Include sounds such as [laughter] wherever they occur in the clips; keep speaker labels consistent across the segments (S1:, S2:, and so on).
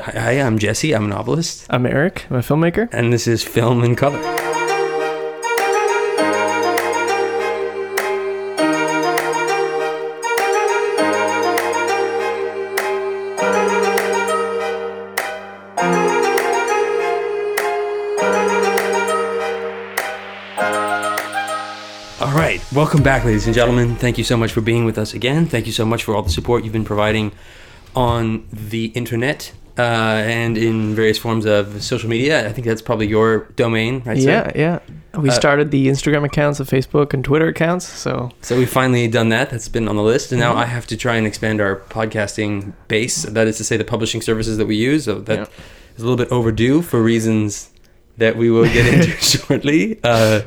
S1: Hi, I'm Jesse. I'm a novelist,
S2: I'm Eric. I'm a filmmaker.
S1: and this is Film in Color. All right, welcome back, ladies and gentlemen. Thank you so much for being with us again. Thank you so much for all the support you've been providing on the internet uh, and in various forms of social media. I think that's probably your domain, right? sir?
S2: yeah, yeah. We
S1: Uh,
S2: started the Instagram accounts, the Facebook and Twitter accounts. So
S1: So we've finally done that. That's been on the list, and now I have to try and expand our podcasting base. That is to say, the publishing services that we use. So that is
S2: Yeah.
S1: a little bit overdue for reasons that we will get
S2: [laughs]
S1: into shortly. Uh,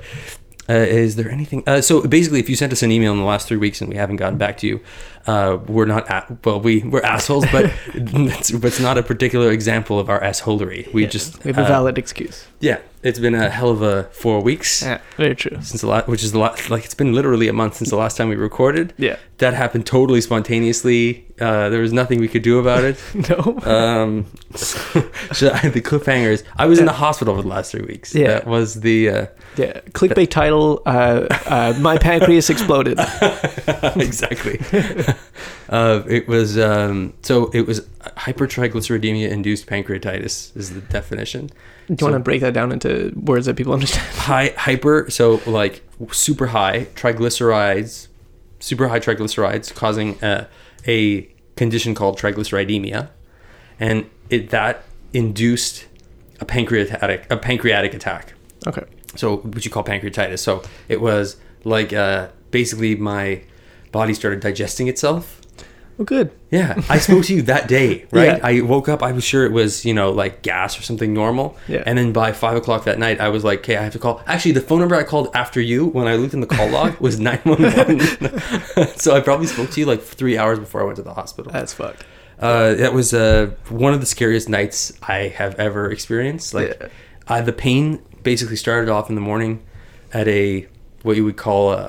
S1: uh, is there anything? Uh, so basically, if you sent us an email in the last three weeks and we haven't gotten back to you, uh, we're not at, well, we we're assholes,
S2: [laughs]
S1: but it's, it's not a particular example of our assholery. We
S2: yeah,
S1: just
S2: we have
S1: uh,
S2: a valid excuse.
S1: Yeah, it's been a hell of a four weeks
S2: Yeah, very true.
S1: since the last, which is the last, like it's been literally a month since the last time we recorded. [laughs]
S2: Yeah.
S1: That happened totally spontaneously. Uh, there was nothing we could do about
S2: [laughs]
S1: it.
S2: No.
S1: Um, [laughs] so I- the cliffhangers. I was in the hospital for the last three weeks.
S2: Yeah.
S1: That was the.
S2: [laughs]
S1: Uh, [laughs]
S2: yeah. Clickbait title. Uh, uh, my pancreas exploded.
S1: exactly. [laughs] uh, it was um, so it was hypertriglyceridemia induced pancreatitis is the definition.
S2: Do you
S1: So-
S2: want to break that down into words that people understand? [laughs]
S1: high hyper so like super high triglycerides super high triglycerides causing uh, a condition called triglyceridemia and it that induced a pancreatic a pancreatic attack
S2: Okay.
S1: so what you call pancreatitis so it was like uh, basically my body started digesting itself
S2: Well, good.
S1: yeah, I spoke to you that day, right?
S2: [laughs] Yeah.
S1: I woke up. I was sure it was, you know, like gas or something normal.
S2: Yeah.
S1: And then by five o'clock that night, I was like, "Okay, I have to call." Actually, the phone number I called after you, when I looked in the call log, was [laughs] nine one one. [laughs] So I probably spoke to you like three hours before I went to the hospital.
S2: That's fucked.
S1: Uh, that was uh, one of the scariest nights I have ever experienced. Like,
S2: Yeah.
S1: I, the pain basically started off in the morning at a what you would call a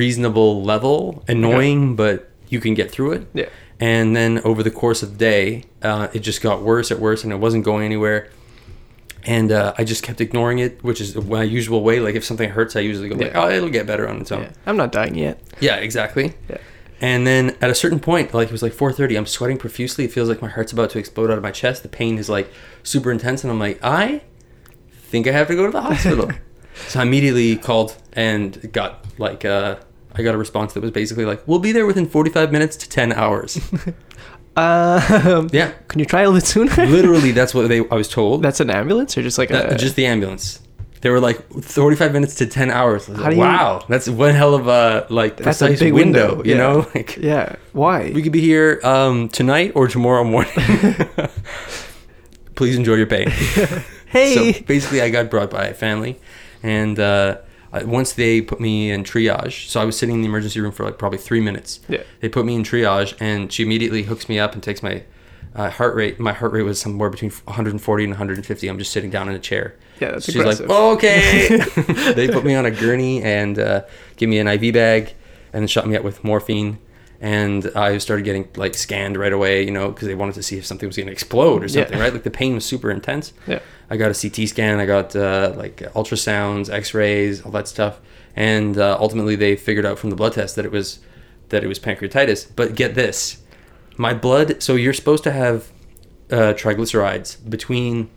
S1: reasonable level, annoying, but you can get through it.
S2: Yeah.
S1: And then over the course of the day, uh, it just got worse and worse, and it wasn't going anywhere. And uh, I just kept ignoring it, which is my usual way. Like if something hurts, I usually go like,
S2: Yeah.
S1: "Oh, it'll get better on its own."
S2: Yeah. I'm not dying yet.
S1: Yeah, exactly.
S2: Yeah.
S1: And then at a certain point, like it was like 4:30, I'm sweating profusely. It feels like my heart's about to explode out of my chest. The pain is like super intense, and I'm like, I think I have to go to the
S2: [laughs]
S1: hospital. so I immediately called and got like uh, I got a response that was basically like, "We'll be there within 45 minutes to 10 hours."
S2: [laughs] Um,
S1: yeah,
S2: Can you try a little sooner?
S1: literally, that's what they I was told.
S2: [laughs] That's an ambulance or just like
S1: Uh,
S2: a
S1: just the ambulance. They were like 45 minutes to 10 hours. I was
S2: How
S1: like,
S2: do you-
S1: wow, that's one hell of a like
S2: That's a
S1: precise
S2: big
S1: window,
S2: window,
S1: you
S2: yeah.
S1: know? [laughs] Like
S2: yeah. Why? [laughs]
S1: We [laughs] could be here um, tonight or tomorrow morning. Please enjoy your pain.
S2: Hey.
S1: So basically, I got brought by a family, and uh, I- once they put me in triage, so I was sitting in the emergency room for like probably three minutes.
S2: Yeah.
S1: They put me in triage, and she immediately hooks me up and takes my uh, heart rate. My heart rate was somewhere between 140 and 150. I'm just sitting down in a chair.
S2: Yeah, that's
S1: She's
S2: aggressive.
S1: like, okay.
S2: [laughs]
S1: they put me on a gurney and uh, give me an IV bag, and shot me up with morphine. And I started getting like scanned right away, you know, because they wanted to see if something was going to explode or
S2: Yeah.
S1: something, right? Like the pain was super intense.
S2: Yeah.
S1: I got a CT scan, I got uh, like ultrasounds, X-rays, all that stuff, and uh, ultimately they figured out from the blood test that it was that it was pancreatitis. But get this, my blood. So you're supposed to have uh, triglycerides between.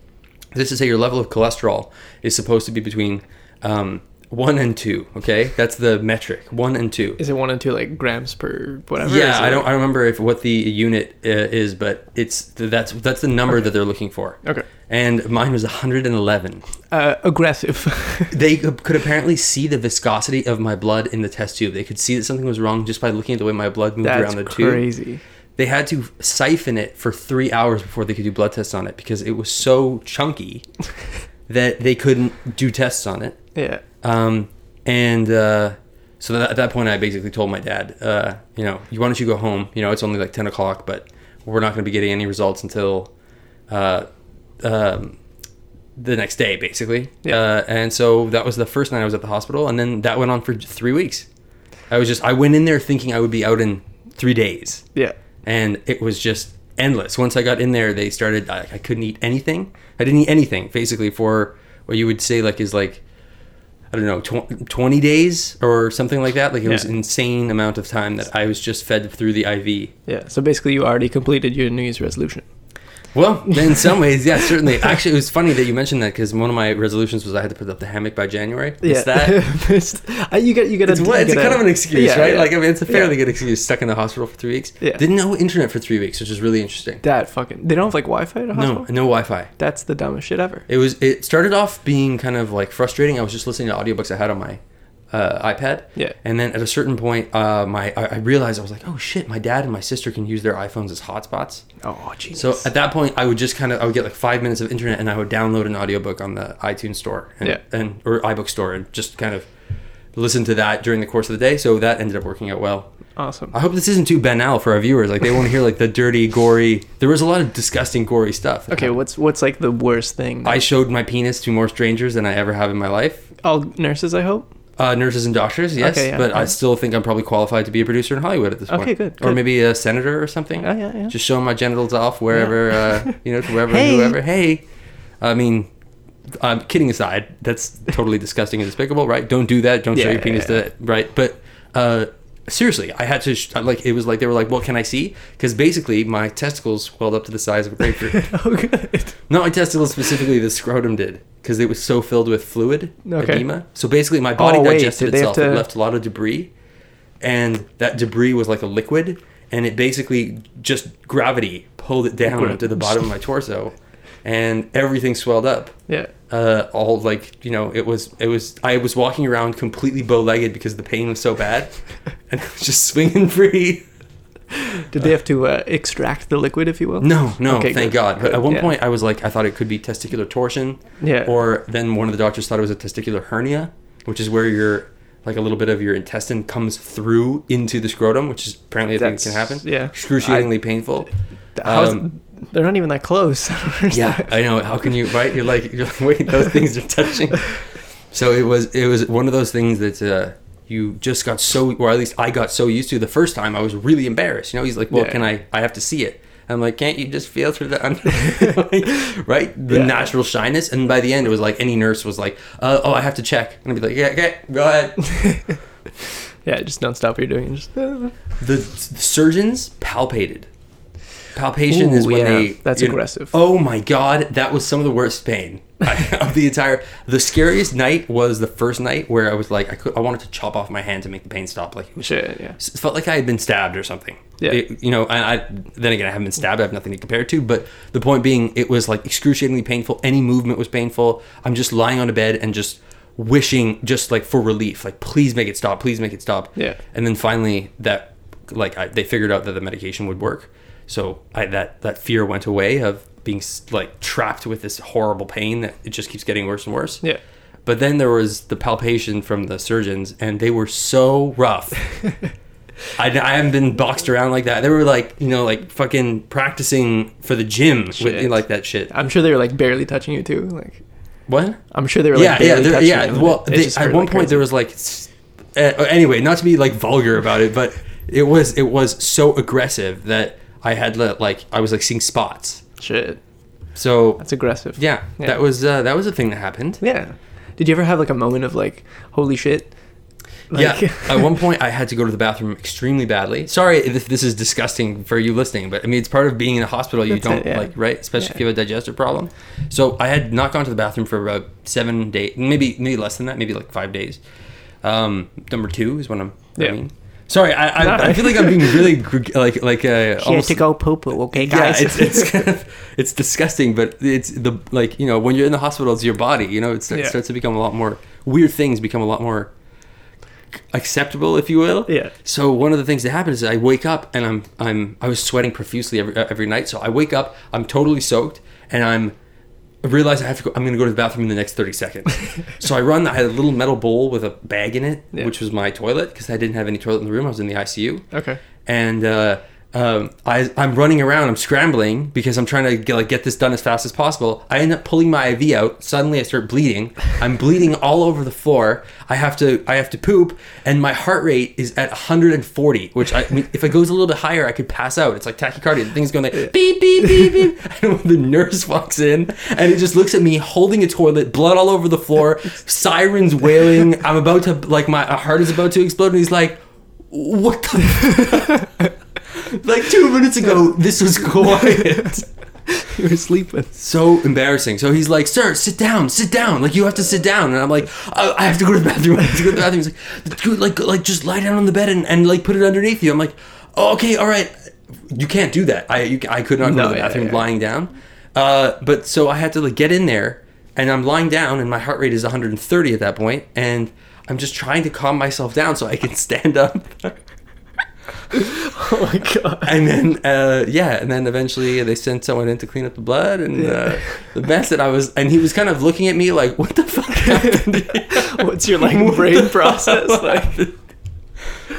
S1: This is say your level of cholesterol is supposed to be between um, one and two. Okay, that's the metric. One and two.
S2: Is it one and two like grams per whatever? Is
S1: Yeah,
S2: it
S1: I don't.
S2: like-
S1: I don't remember if what the unit uh, is, but it's that's that's the number that they're looking for.
S2: Okay.
S1: And mine was 111
S2: Uh, aggressive. [laughs]
S1: they could could apparently see the viscosity of my blood in the test tube. They could see that something was wrong just by looking at the way my blood moved
S2: That's
S1: around the tube.
S2: crazy.
S1: They had to siphon it for three hours before they could do blood tests on it because it was so
S2: [laughs]
S1: chunky that they couldn't do tests on it.
S2: Yeah.
S1: Um, and uh, so that, at that point, I basically told my dad, uh, you know, why don't you go home? You know, it's only like 10 o'clock, but we're not going to be getting any results until uh, um, the next day, basically.
S2: Yeah.
S1: Uh, and so that was the first night I was at the hospital. And then that went on for three weeks. I was just, I went in there thinking I would be out in three days.
S2: Yeah.
S1: And it was just endless. Once I got in there, they started. I, I couldn't eat anything. I didn't eat anything basically for what you would say like is like I don't know tw- twenty days or something like that. Like it was
S2: Yeah.
S1: insane amount of time that I was just fed through the IV.
S2: Yeah. So basically, you already completed your New Year's resolution.
S1: Well, in
S2: [laughs]
S1: some ways, yeah, certainly. Actually, it was funny that you mentioned that because one of my resolutions was I had to put up the hammock by January. Yeah.
S2: yeah. [laughs]
S1: that.
S2: It's- uh, you get. You get.
S1: It's,
S2: a,
S1: what-
S2: you
S1: it's
S2: get
S1: kind
S2: a-
S1: of an excuse,
S2: Yeah,
S1: right?
S2: yeah.
S1: Like, I mean, it's a
S2: Yeah.
S1: fairly good excuse. Stuck in the hospital for three weeks.
S2: Yeah.
S1: Didn't know internet for three weeks, which is really interesting.
S2: That fucking. They don't have like Wi-Fi at a
S1: No,
S2: hospital.
S1: no Wi-Fi.
S2: That's the dumbest shit ever.
S1: It was. It started off being kind of like frustrating. I was just listening to audiobooks I had on my uh, iPad.
S2: Yeah.
S1: And then at a certain point, uh, my I, I realized I was like, oh shit, my dad and my sister can use their iPhones as hotspots.
S2: Oh Jesus.
S1: So at that point, I would just kind of I would get like five minutes of internet, and I would download an audiobook on the iTunes store and,
S2: Yeah.
S1: and or iBook store, and just kind of listen to that during the course of the day. So that ended up working out well.
S2: awesome.
S1: I hope this isn't too banal for our viewers. Like they want to hear like the dirty, gory. There was a lot of disgusting, gory stuff.
S2: Okay. What's what's like the worst thing?
S1: I
S2: That,
S1: showed my penis to more strangers than I ever have in my life.
S2: all nurses, I
S1: [laughs]
S2: hope. [laughs]
S1: Uh, nurses and doctors, yes,
S2: Okay, yeah,
S1: but I
S2: yeah.
S1: still think I'm probably qualified to be a producer in Hollywood at this point.
S2: Okay, good,
S1: Or
S2: good.
S1: maybe a senator or something.
S2: Oh, yeah, yeah.
S1: Just showing my genitals off wherever, uh, you know, to wherever,
S2: [laughs] Hey.
S1: whoever. Hey, I mean, I'm kidding aside. That's totally disgusting and despicable, right? Don't do that. Don't show
S2: Yeah,
S1: your penis
S2: yeah, yeah.
S1: to right. But uh, seriously, I had to sh- like it was like they were like, "What can I see?" Because basically, my testicles swelled up to the size of a
S2: [laughs]
S1: grapefruit.
S2: oh good.
S1: Not my testicles specifically, the scrotum did because it was so filled with fluid
S2: Okay.
S1: edema. So basically, my body
S2: Oh, wait,
S1: digested
S2: did they have
S1: itself. It
S2: to-
S1: left a lot of debris, and that debris was like a liquid, and it basically just gravity pulled it down
S2: Liquid.
S1: to the bottom of
S2: [laughs]
S1: my torso, and everything swelled up.
S2: Yeah.
S1: Uh, all like you know, it was it was I was walking around completely bow legged because the pain was so
S2: [laughs]
S1: bad, and I was just swinging free.
S2: Did they have to uh, extract the liquid, if you will?
S1: No, no,
S2: Okay,
S1: thank
S2: good,
S1: God. But
S2: good,
S1: at one
S2: yeah.
S1: point, I was like, I thought it could be testicular torsion.
S2: Yeah.
S1: Or then one of the doctors thought it was a testicular hernia, which is where your like a little bit of your intestine comes through into the scrotum, which is apparently a thing that can happen.
S2: That's- yeah.
S1: Excruciatingly painful.
S2: How's,
S1: Um,
S2: they're not even that close. [laughs]
S1: yeah, I know. How can you? Right? You're like, you're [laughs] like, wait, those things are touching. So it was, it was one of those things that uh, you just got so, or at least I got so used to. The first time, I was really embarrassed. You know, he's like, "Well,
S2: Yeah.
S1: can I? I have to see it." I'm like, "Can't you just feel through the [laughs]
S2: [laughs]
S1: under, right? The
S2: Yeah.
S1: natural shyness." And by the end, it was like any nurse was like, uh, "Oh, I have to check," and I'd be like, "Yeah, okay, go ahead."
S2: [laughs] yeah, just nonstop. You're doing just.
S1: the, the surgeons palpated. Palpation
S2: Ooh,
S1: is when
S2: yeah,
S1: they.
S2: that's
S1: you know-
S2: aggressive.
S1: oh my god, that was some of the worst pain [laughs] of the entire. The scariest night was the first night where I was like, I could, I wanted to chop off my hand to make the pain stop. Like it was
S2: Shit, yeah.
S1: it felt like I had been stabbed or something.
S2: Yeah.
S1: It- you know, and I then again I haven't been stabbed. I have nothing to compare it to. But the point being, it was like excruciatingly painful. Any movement was painful. I'm just lying on a bed and just wishing, just like for relief, like please make it stop, please make it stop.
S2: Yeah.
S1: And then finally, that like I, they figured out that the medication would work. So I that that fear went away of being s- like trapped with this horrible pain that it just keeps getting worse and worse.
S2: Yeah.
S1: But then there was the palpation from the surgeons, and they were so rough.
S2: [laughs]
S1: I, I haven't been boxed around like that. They were like, you know, like fucking practicing for the gym with
S2: Shit.
S1: like that shit.
S2: I'm sure they were like barely touching you too. Like,
S1: What?
S2: I'm sure they were like
S1: yeah, yeah,
S2: barely
S1: there-
S2: touching
S1: yeah.
S2: you.
S1: Well,
S2: It
S1: they,
S2: just
S1: at
S2: hurt
S1: one
S2: like
S1: point there was
S2: crazy.
S1: like, s- uh, anyway, not to be like vulgar about it, but it was it was so aggressive that I had le- like I was like seeing spots.
S2: shit.
S1: So
S2: That's aggressive.
S1: yeah,
S2: Yeah.
S1: that was uh, that was a thing that happened.
S2: Yeah. Did you ever have like a moment of like, holy shit? [laughs]
S1: yeah. At one point, I had to go to the bathroom extremely badly. Sorry if this is disgusting for you listening, but I mean, it's part of being in a hospital. You
S2: That's
S1: don't
S2: it, yeah.
S1: like, right? Especially if
S2: Yeah.
S1: you have a digestive problem. So I had not gone to the bathroom for about seven days, maybe maybe less than that, maybe like five days. Um, number two is when I'm. I
S2: Yeah.
S1: mean, sorry, I, I,
S2: No.
S1: I feel like I'm
S2: [laughs]
S1: being really gr- like like uh,
S2: she had to go poo poo. Okay, guys.
S1: yeah, it's
S2: [laughs]
S1: it's kind of, it's disgusting, but it's the like you know when you're in the hospital, it's your body. You know, it starts,
S2: Yeah.
S1: starts to become a lot more weird. Things become a lot more acceptable, if you will.
S2: Yeah.
S1: So one of the things that happens is I wake up and I'm I'm I was sweating profusely every uh, every night. So I wake up, I'm totally soaked, and I'm I realize I have to go. I'm going to go to the bathroom in the next 30
S2: [laughs]
S1: seconds. so I run. I had a little metal bowl with a bag in it,
S2: Yeah.
S1: [laughs] which was my toilet because I didn't have any toilet in the room. I was in the ICU
S2: okay.
S1: and uh, um, I, I'm running around, I'm scrambling because I'm trying to get, like get this done as fast as possible. I end up pulling my IV out. Suddenly, I start bleeding. I'm bleeding all over the floor. I have to I have to poop, and my heart rate is at 140, which I, I mean, if it goes a little bit higher, I could pass out. It's like tachycardia. The thing's going like beep beep beep beep. [laughs] And when the nurse walks in, and it just looks at me holding a toilet, blood all over the floor, sirens wailing. I'm about to like my heart is about to explode, and he's like, "What the." like two minutes [laughs] ago, this was quiet.
S2: you were sleeping.
S1: [laughs] so embarrassing. So he's like, "Sir, sit down, sit down. Like you have to sit down." And I'm like, "I, I have to go to the bathroom. I have to go to the bathroom." He's like, "Dude, like, like just lie down on the bed and, and like put it underneath you." I'm like, oh, "Okay, all right. You can't do that. I you, I could not go
S2: No,
S1: to the
S2: yeah,
S1: bathroom
S2: yeah.
S1: lying down." Uh, but so I had to like get in there, and I'm lying down, and my heart rate is 130 at that point, and I'm just trying to calm myself down so I can [laughs] stand up.
S2: [laughs] Oh my god.
S1: [laughs] and then uh, yeah, and then eventually they sent someone in to clean up the blood and uh, the mess that I was, and he was kind of looking at me like, "What the
S2: [laughs]
S1: fuck happened?" here?"
S2: What's your like brain process like?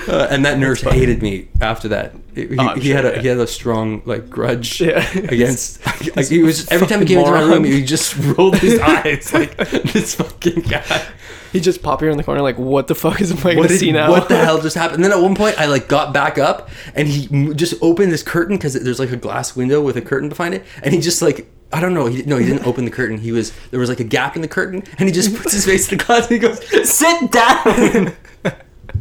S1: uh, and that nurse hated me after that. He, he-
S2: Oh, I'm
S1: he
S2: sure,
S1: had a
S2: yeah.
S1: he had a strong like grudge
S2: Yeah. [laughs]
S1: against. Like, he was every time he came into my
S2: Fucking
S1: room, he just [laughs] rolled
S2: [laughs]
S1: his eyes like this fucking guy.
S2: You just pop here in the corner like, what the fuck is am
S1: what
S2: I gonna
S1: did,
S2: see now?
S1: What the
S2: [laughs]
S1: hell [laughs] just happened? And then at one point, I like got back up, and he m- just opened this curtain because there's like a glass window with a curtain behind it, and he just like. I don't know. He didn't, no, he didn't open the curtain. He was there was like a gap in the curtain, and he
S2: [laughs]
S1: just puts his face in the glass and he goes, "Sit down." [laughs]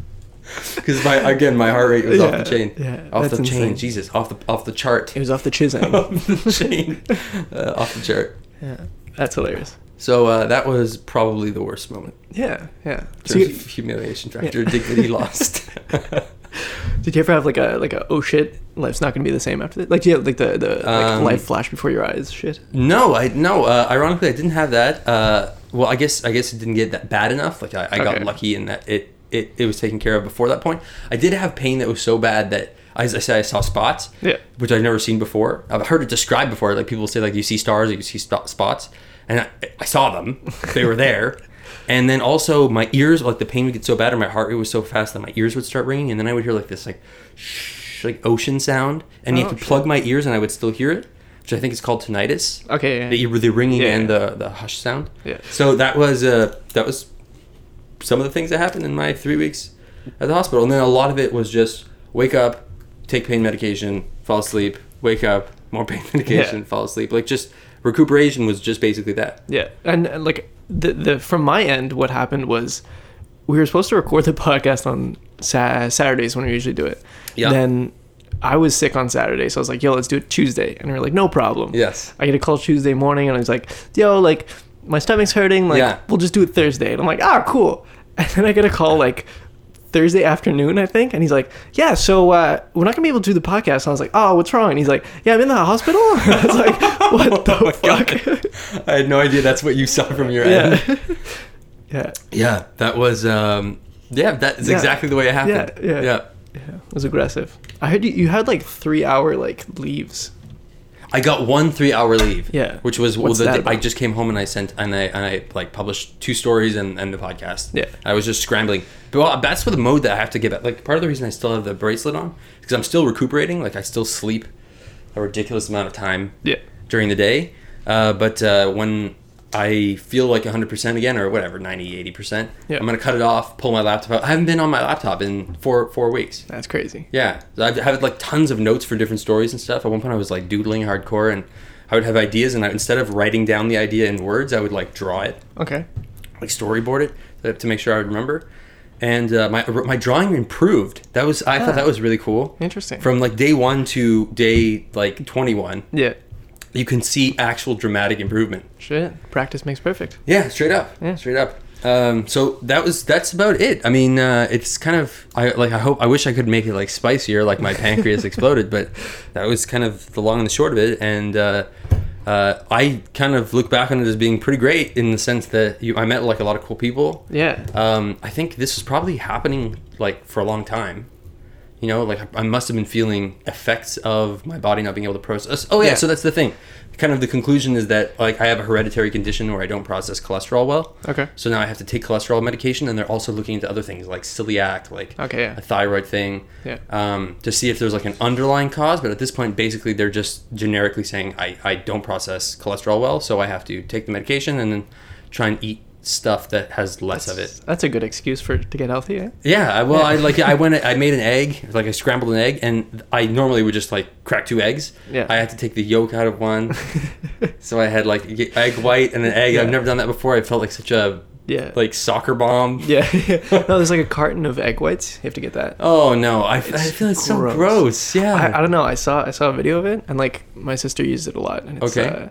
S1: Because my again, my heart rate was off
S2: Yeah,
S1: the chain,
S2: yeah,
S1: off
S2: that's
S1: the chain.
S2: insane.
S1: Jesus, off the off the chart,
S2: It was off the
S1: [laughs]
S2: chisel.
S1: off the chain, uh, off the chart.
S2: yeah. That's hilarious.
S1: So uh, that was probably the worst moment.
S2: Yeah, yeah.
S1: In
S2: So
S1: terms
S2: you-
S1: of humiliation factor,
S2: Yeah.
S1: dignity
S2: [laughs]
S1: lost. [laughs]
S2: Did you ever have like a like a oh shit, life's not gonna be the same after that? Like do you have like the, the like
S1: Um,
S2: life flash before your eyes shit?
S1: No, I no. Uh, ironically, I didn't have that. Uh, well, I guess I guess it didn't get that bad enough. Like I, I got
S2: Okay.
S1: lucky in that it, it it was taken care of before that point. I did have pain that was so bad that as I said, I saw spots,
S2: Yeah.
S1: which I've never seen before. I've heard it described before. Like people say, like you see stars, or you see spot spots, and I, I saw them. They were
S2: [laughs]
S1: there. And then also my ears, like the pain would get so bad, or my heart rate was so fast that my ears would start ringing, and then I would hear like this, like shh, like ocean sound, and you
S2: Oh,
S1: have to
S2: shit.
S1: plug my ears, and I would still hear it, which I think is called tinnitus
S2: Okay, yeah.
S1: the, the ringing
S2: Yeah,
S1: and
S2: yeah.
S1: the the hush sound.
S2: Yeah.
S1: So that was uh that was some of the things that happened in my three weeks at the hospital, and then a lot of it was just wake up, take pain medication, fall asleep, wake up, more pain [laughs] medication,
S2: Yeah.
S1: fall asleep. Like just recuperation was just basically
S2: [laughs]
S1: that.
S2: Yeah, and, and like the the from my end, what happened was we were supposed to record the [laughs] podcast on sa- Saturdays when we usually do it.
S1: Yeah.
S2: Then I was sick on Saturday, so I was like, "Yo, let's do it Tuesday," and we were like, "No problem."
S1: Yes.
S2: I get a call Tuesday morning, and I was like, "Yo, like my stomach's hurting. Like
S1: Yeah.
S2: we'll just do it Thursday." And I'm like, "Ah, cool." [laughs] And then I get a call like. Thursday afternoon, I think, and he's like, "Yeah, so uh, we're not gonna be able to do the podcast." And I was like, "Oh, what's wrong?" And he's like, "Yeah, I'm in the hospital." [laughs] I was
S1: [laughs]
S2: like, "What
S1: Oh
S2: the fuck?" [laughs]
S1: I had no idea that's what you saw from [laughs] your end.
S2: yeah, yeah.
S1: Yeah, that was um yeah, that is
S2: Yeah.
S1: exactly the way it happened.
S2: yeah. Yeah, it was aggressive. I heard you, you had like three hour like leaves.
S1: I got one three-hour leave.
S2: Yeah.
S1: which was well,
S2: What's
S1: the,
S2: that
S1: I
S2: about?
S1: just came home and I sent and I and I like published two stories and, and the podcast.
S2: Yeah.
S1: I was just scrambling. But well, that's for the mode that I have to get back. Like part of the reason I still have the bracelet on because I'm still recuperating. Like I still sleep a ridiculous amount of time
S2: Yeah.
S1: during the day. Uh, but uh, when I feel like 100% again or whatever, 90, 80%,
S2: Yeah.
S1: I'm going to cut it off, pull my laptop out. I haven't been on my laptop in four four weeks.
S2: That's crazy.
S1: Yeah, So I've had like tons of notes for different stories and stuff. At one point, I was like doodling hardcore, and I would have ideas, and I, instead of writing down the idea in words, I would like draw it,
S2: Okay.
S1: like storyboard it uh, to- to make sure I would remember. And uh, my my drawing improved. That was I thought that was really cool.
S2: Interesting.
S1: From like day one to day like twenty one,
S2: Yeah.
S1: you can see actual dramatic improvement.
S2: Shit. Practice makes perfect.
S1: Yeah, straight up.
S2: Yeah.
S1: straight up. Um, so that was that's about it. I mean, uh, it's kind of I like I hope I wish I could make it like spicier, like my pancreas exploded, but that was kind of the long and the short of it. And uh, uh, I kind of look back on it as being pretty great in the sense that you, I met like a lot of cool people.
S2: Yeah.
S1: Um, I think this was probably happening like for a long time. You know, like I must have been feeling effects of my body not being able to process. Oh yeah,
S2: Yeah.
S1: so that's the thing. kind of the conclusion is that like I have a hereditary condition where I don't process cholesterol well.
S2: Okay.
S1: So now I have to take cholesterol medication, and they're also looking into other things like celiac, like
S2: Okay, yeah.
S1: a thyroid thing,
S2: Yeah.
S1: um, to see if there's like an underlying cause. But at this point, basically, they're just generically saying I, I don't process cholesterol well, so I have to take the medication and then try and eat stuff that has less of it.
S2: That's a good excuse for to get healthy. Eh? [laughs]
S1: Yeah, I- well, I like I went I made an egg, like I scrambled an egg, and I normally would just like crack two eggs.
S2: Yeah.
S1: I had to take the yolk out of
S2: [laughs]
S1: one, so I had like y- egg white and an egg. I've
S2: Yeah.
S1: never done that before. I felt like such a
S2: Yeah.
S1: like soccer bomb.
S2: Yeah. [laughs] no, there's like a carton of egg whites. You have to get that.
S1: [laughs] Oh no, I, I feel it's so
S2: gross.
S1: gross. Yeah.
S2: I, I don't know. I saw I saw a video of it, and like my sister used it a lot. And it's,
S1: Okay.
S2: Uh,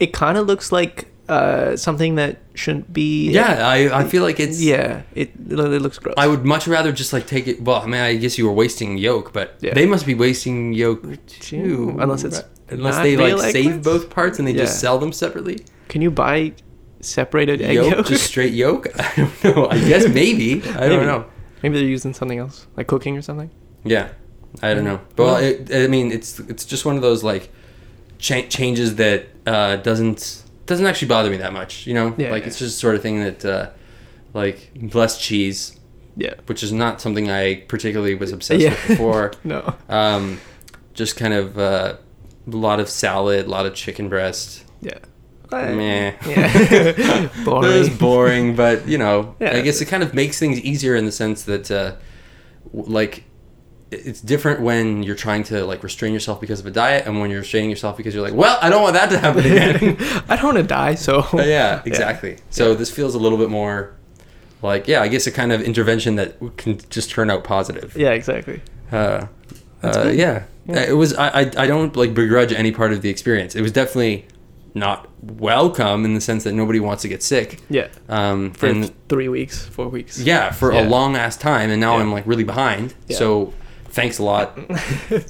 S2: it kind of looks like uh, something that shouldn't be.
S1: yeah, I, I feel like it's.
S2: Yeah. It it looks gross.
S1: I would much rather just like take it. Well, I mean, I guess you were wasting yolk, but
S2: Yeah.
S1: they must be wasting yolk too.
S2: Unless it's
S1: unless
S2: not
S1: they like
S2: real egg
S1: save
S2: whites?
S1: both parts and they
S2: Yeah.
S1: just sell them separately.
S2: Can you buy separated egg
S1: yolk,
S2: yolk?
S1: just
S2: [laughs]
S1: straight yolk. [laughs] I don't know. I guess maybe. I
S2: Maybe.
S1: don't know.
S2: Maybe they're using something else, like cooking or something.
S1: Yeah, I don't know. But well, it, I mean, it's it's just one of those like cha- changes that uh, doesn't doesn't actually bother me that much. You know,
S2: Yeah,
S1: like
S2: yeah.
S1: it's just sort of thing that uh, like less cheese,
S2: Yeah.
S1: which is not something I particularly was obsessed
S2: yeah.
S1: with [laughs] before.
S2: [laughs] no.
S1: um, just kind of uh, a lot of salad, a lot of chicken breast.
S2: Yeah.
S1: Meh. [laughs]
S2: Yeah.
S1: That is
S2: [laughs]
S1: [laughs]
S2: boring.
S1: boring, but you know,
S2: Yeah.
S1: I guess it kind of makes things easier in the sense that, uh, w- like, it- it's different when you're trying to like restrain yourself because of a diet, and when you're restraining yourself because you're like, well, I don't want that to happen
S2: [laughs]
S1: again.
S2: [laughs] I don't want to die, so.
S1: But [laughs] yeah, exactly. So this feels a little bit more like, yeah, I guess a kind of intervention that w- can just turn out positive.
S2: Yeah, exactly.
S1: Uh, uh, yeah. Uh, It was. I, I. I don't like begrudge any part of the experience. It was definitely not welcome in the sense that nobody wants to get sick.
S2: Yeah.
S1: Um,
S2: For
S1: and
S2: three weeks, four weeks. [laughs]
S1: yeah, for a
S2: Yeah.
S1: long ass time, and now
S2: Yeah.
S1: I'm like really behind.
S2: Yeah.
S1: So thanks a
S2: [laughs]
S1: lot.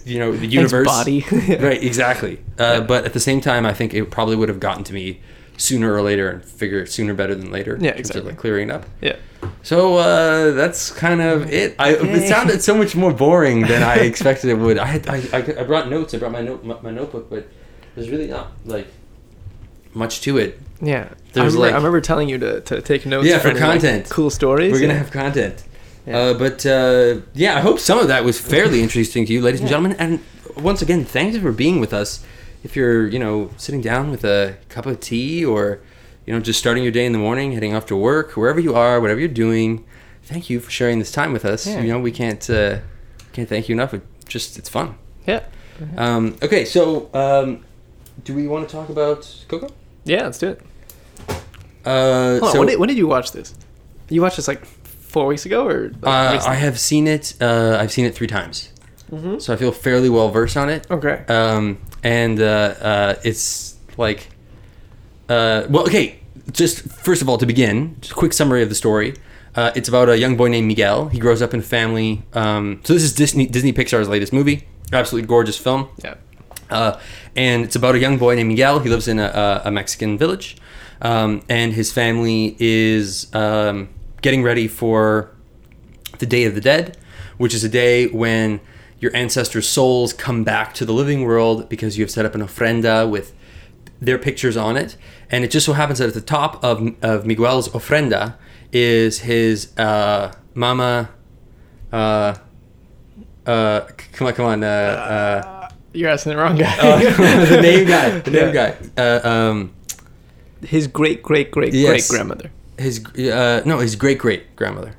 S1: You know, the universe.
S2: body. [laughs]
S1: right. Exactly. Uh, But at the same time, I think it probably would have gotten to me sooner or later, and figure sooner better than later. in
S2: Yeah,
S1: terms of,
S2: exactly.
S1: like clearing up.
S2: Yeah.
S1: So uh, that's kind of it. I,
S2: Yay.
S1: it sounded so much more boring than I expected it would. I had I, I, I brought notes. I brought my note my, my notebook, but there's really not like much to it.
S2: Yeah. I
S1: There's,
S2: remember,
S1: like-
S2: I remember telling you to, to take notes.
S1: Yeah, for
S2: any, like,
S1: content.
S2: cool stories.
S1: We're gonna
S2: Yeah.
S1: have content.
S2: Yeah.
S1: Uh, but uh, yeah, I hope some of that was
S2: [laughs]
S1: fairly interesting to you, ladies and
S2: Yeah.
S1: gentlemen. And once again, thanks for being with us. If you're you know sitting down with a cup of tea or you know just starting your day in the morning, heading off to work, wherever you are, whatever you're doing, thank you for sharing this time with us.
S2: Yeah.
S1: You know we can't uh, can't thank you enough. It just it's fun.
S2: Yeah.
S1: Um, okay, so um, do we want to talk about Coco?
S2: Yeah, let's do it.
S1: Uh,
S2: Hold
S1: so-
S2: on, when, did, when did you watch this? You watched this like four weeks ago or? Like,
S1: Uh, I
S2: recently?
S1: have seen it. Uh, I've seen it three times, so I feel fairly well versed on it.
S2: Mm-hmm. Okay.
S1: Um, and uh, uh, it's like, uh, well, okay. Just first of all, to begin, just a quick summary of the story. Uh, it's about a young boy named Miguel. He grows up in a family. Um, so this is Disney Disney Pixar's latest movie. Absolutely gorgeous film.
S2: yeah.
S1: Uh, and it's about a young boy named Miguel. He lives in a, a, a Mexican village, um, and his family is um, getting ready for the Day of the Dead, which is a day when your ancestors' souls come back to the living world because you have set up an ofrenda with their pictures on it. And it just so happens that at the top of, of Miguel's ofrenda is his uh, mama. Uh, uh, c- come on, come on. Uh, uh,
S2: You're asking the wrong guy.
S1: uh, [laughs] the name guy.
S2: [laughs]
S1: The name
S2: Yeah.
S1: guy. Uh, um,
S2: His great great great
S1: Yes.
S2: great grandmother.
S1: his uh, no, his great great grandmother.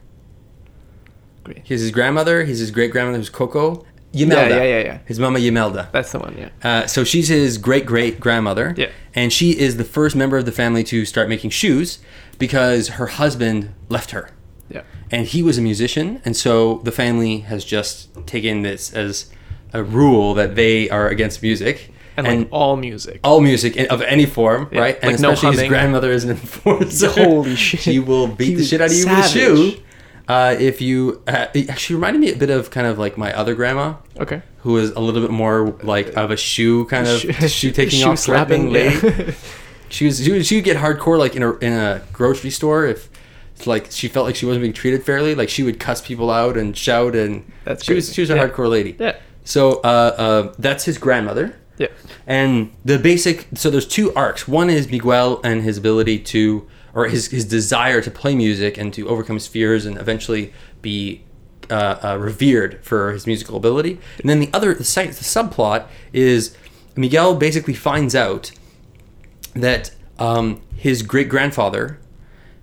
S2: Great.
S1: He's his grandmother. He's his great grandmother. Who's Coco? Imelda.
S2: yeah, yeah, yeah.
S1: His mama Imelda.
S2: That's the one. Yeah.
S1: Uh, so she's his great great grandmother.
S2: Yeah.
S1: And she is the first member of the family to start making shoes because her husband left her.
S2: Yeah.
S1: and he was a musician and so the family has just taken this as a rule that they are against music
S2: And, like all music.
S1: all music in- of any form,
S2: Yeah,
S1: right? And
S2: like no
S1: especially
S2: humming.
S1: his grandmother is an [laughs] enforcer.
S2: Holy shit.
S1: She will beat
S2: He
S1: the
S2: was
S1: shit out of you
S2: savage.
S1: with a shoe. Uh, if you, uh, it actually reminded me a bit of kind of like my other grandma,
S2: okay.
S1: who was a little bit more like of a shoe kind of
S2: [laughs] Shoe-
S1: shoe taking
S2: shoe
S1: off slapping
S2: slapping, yeah. [laughs]
S1: lady. she was she would, she would get hardcore like in a in a grocery store if like she felt like she wasn't being treated fairly. Like she would cuss people out and shout and
S2: That's
S1: she was
S2: crazy.
S1: she was a
S2: Yeah.
S1: hardcore lady.
S2: Yeah.
S1: So uh, uh, that's his grandmother.
S2: Yeah.
S1: And the basic so there's two arcs. One is Miguel and his ability to or his his desire to play music and to overcome his fears and eventually be uh, uh, revered for his musical ability. And then the other the, sec- the subplot is Miguel basically finds out that um, his great grandfather,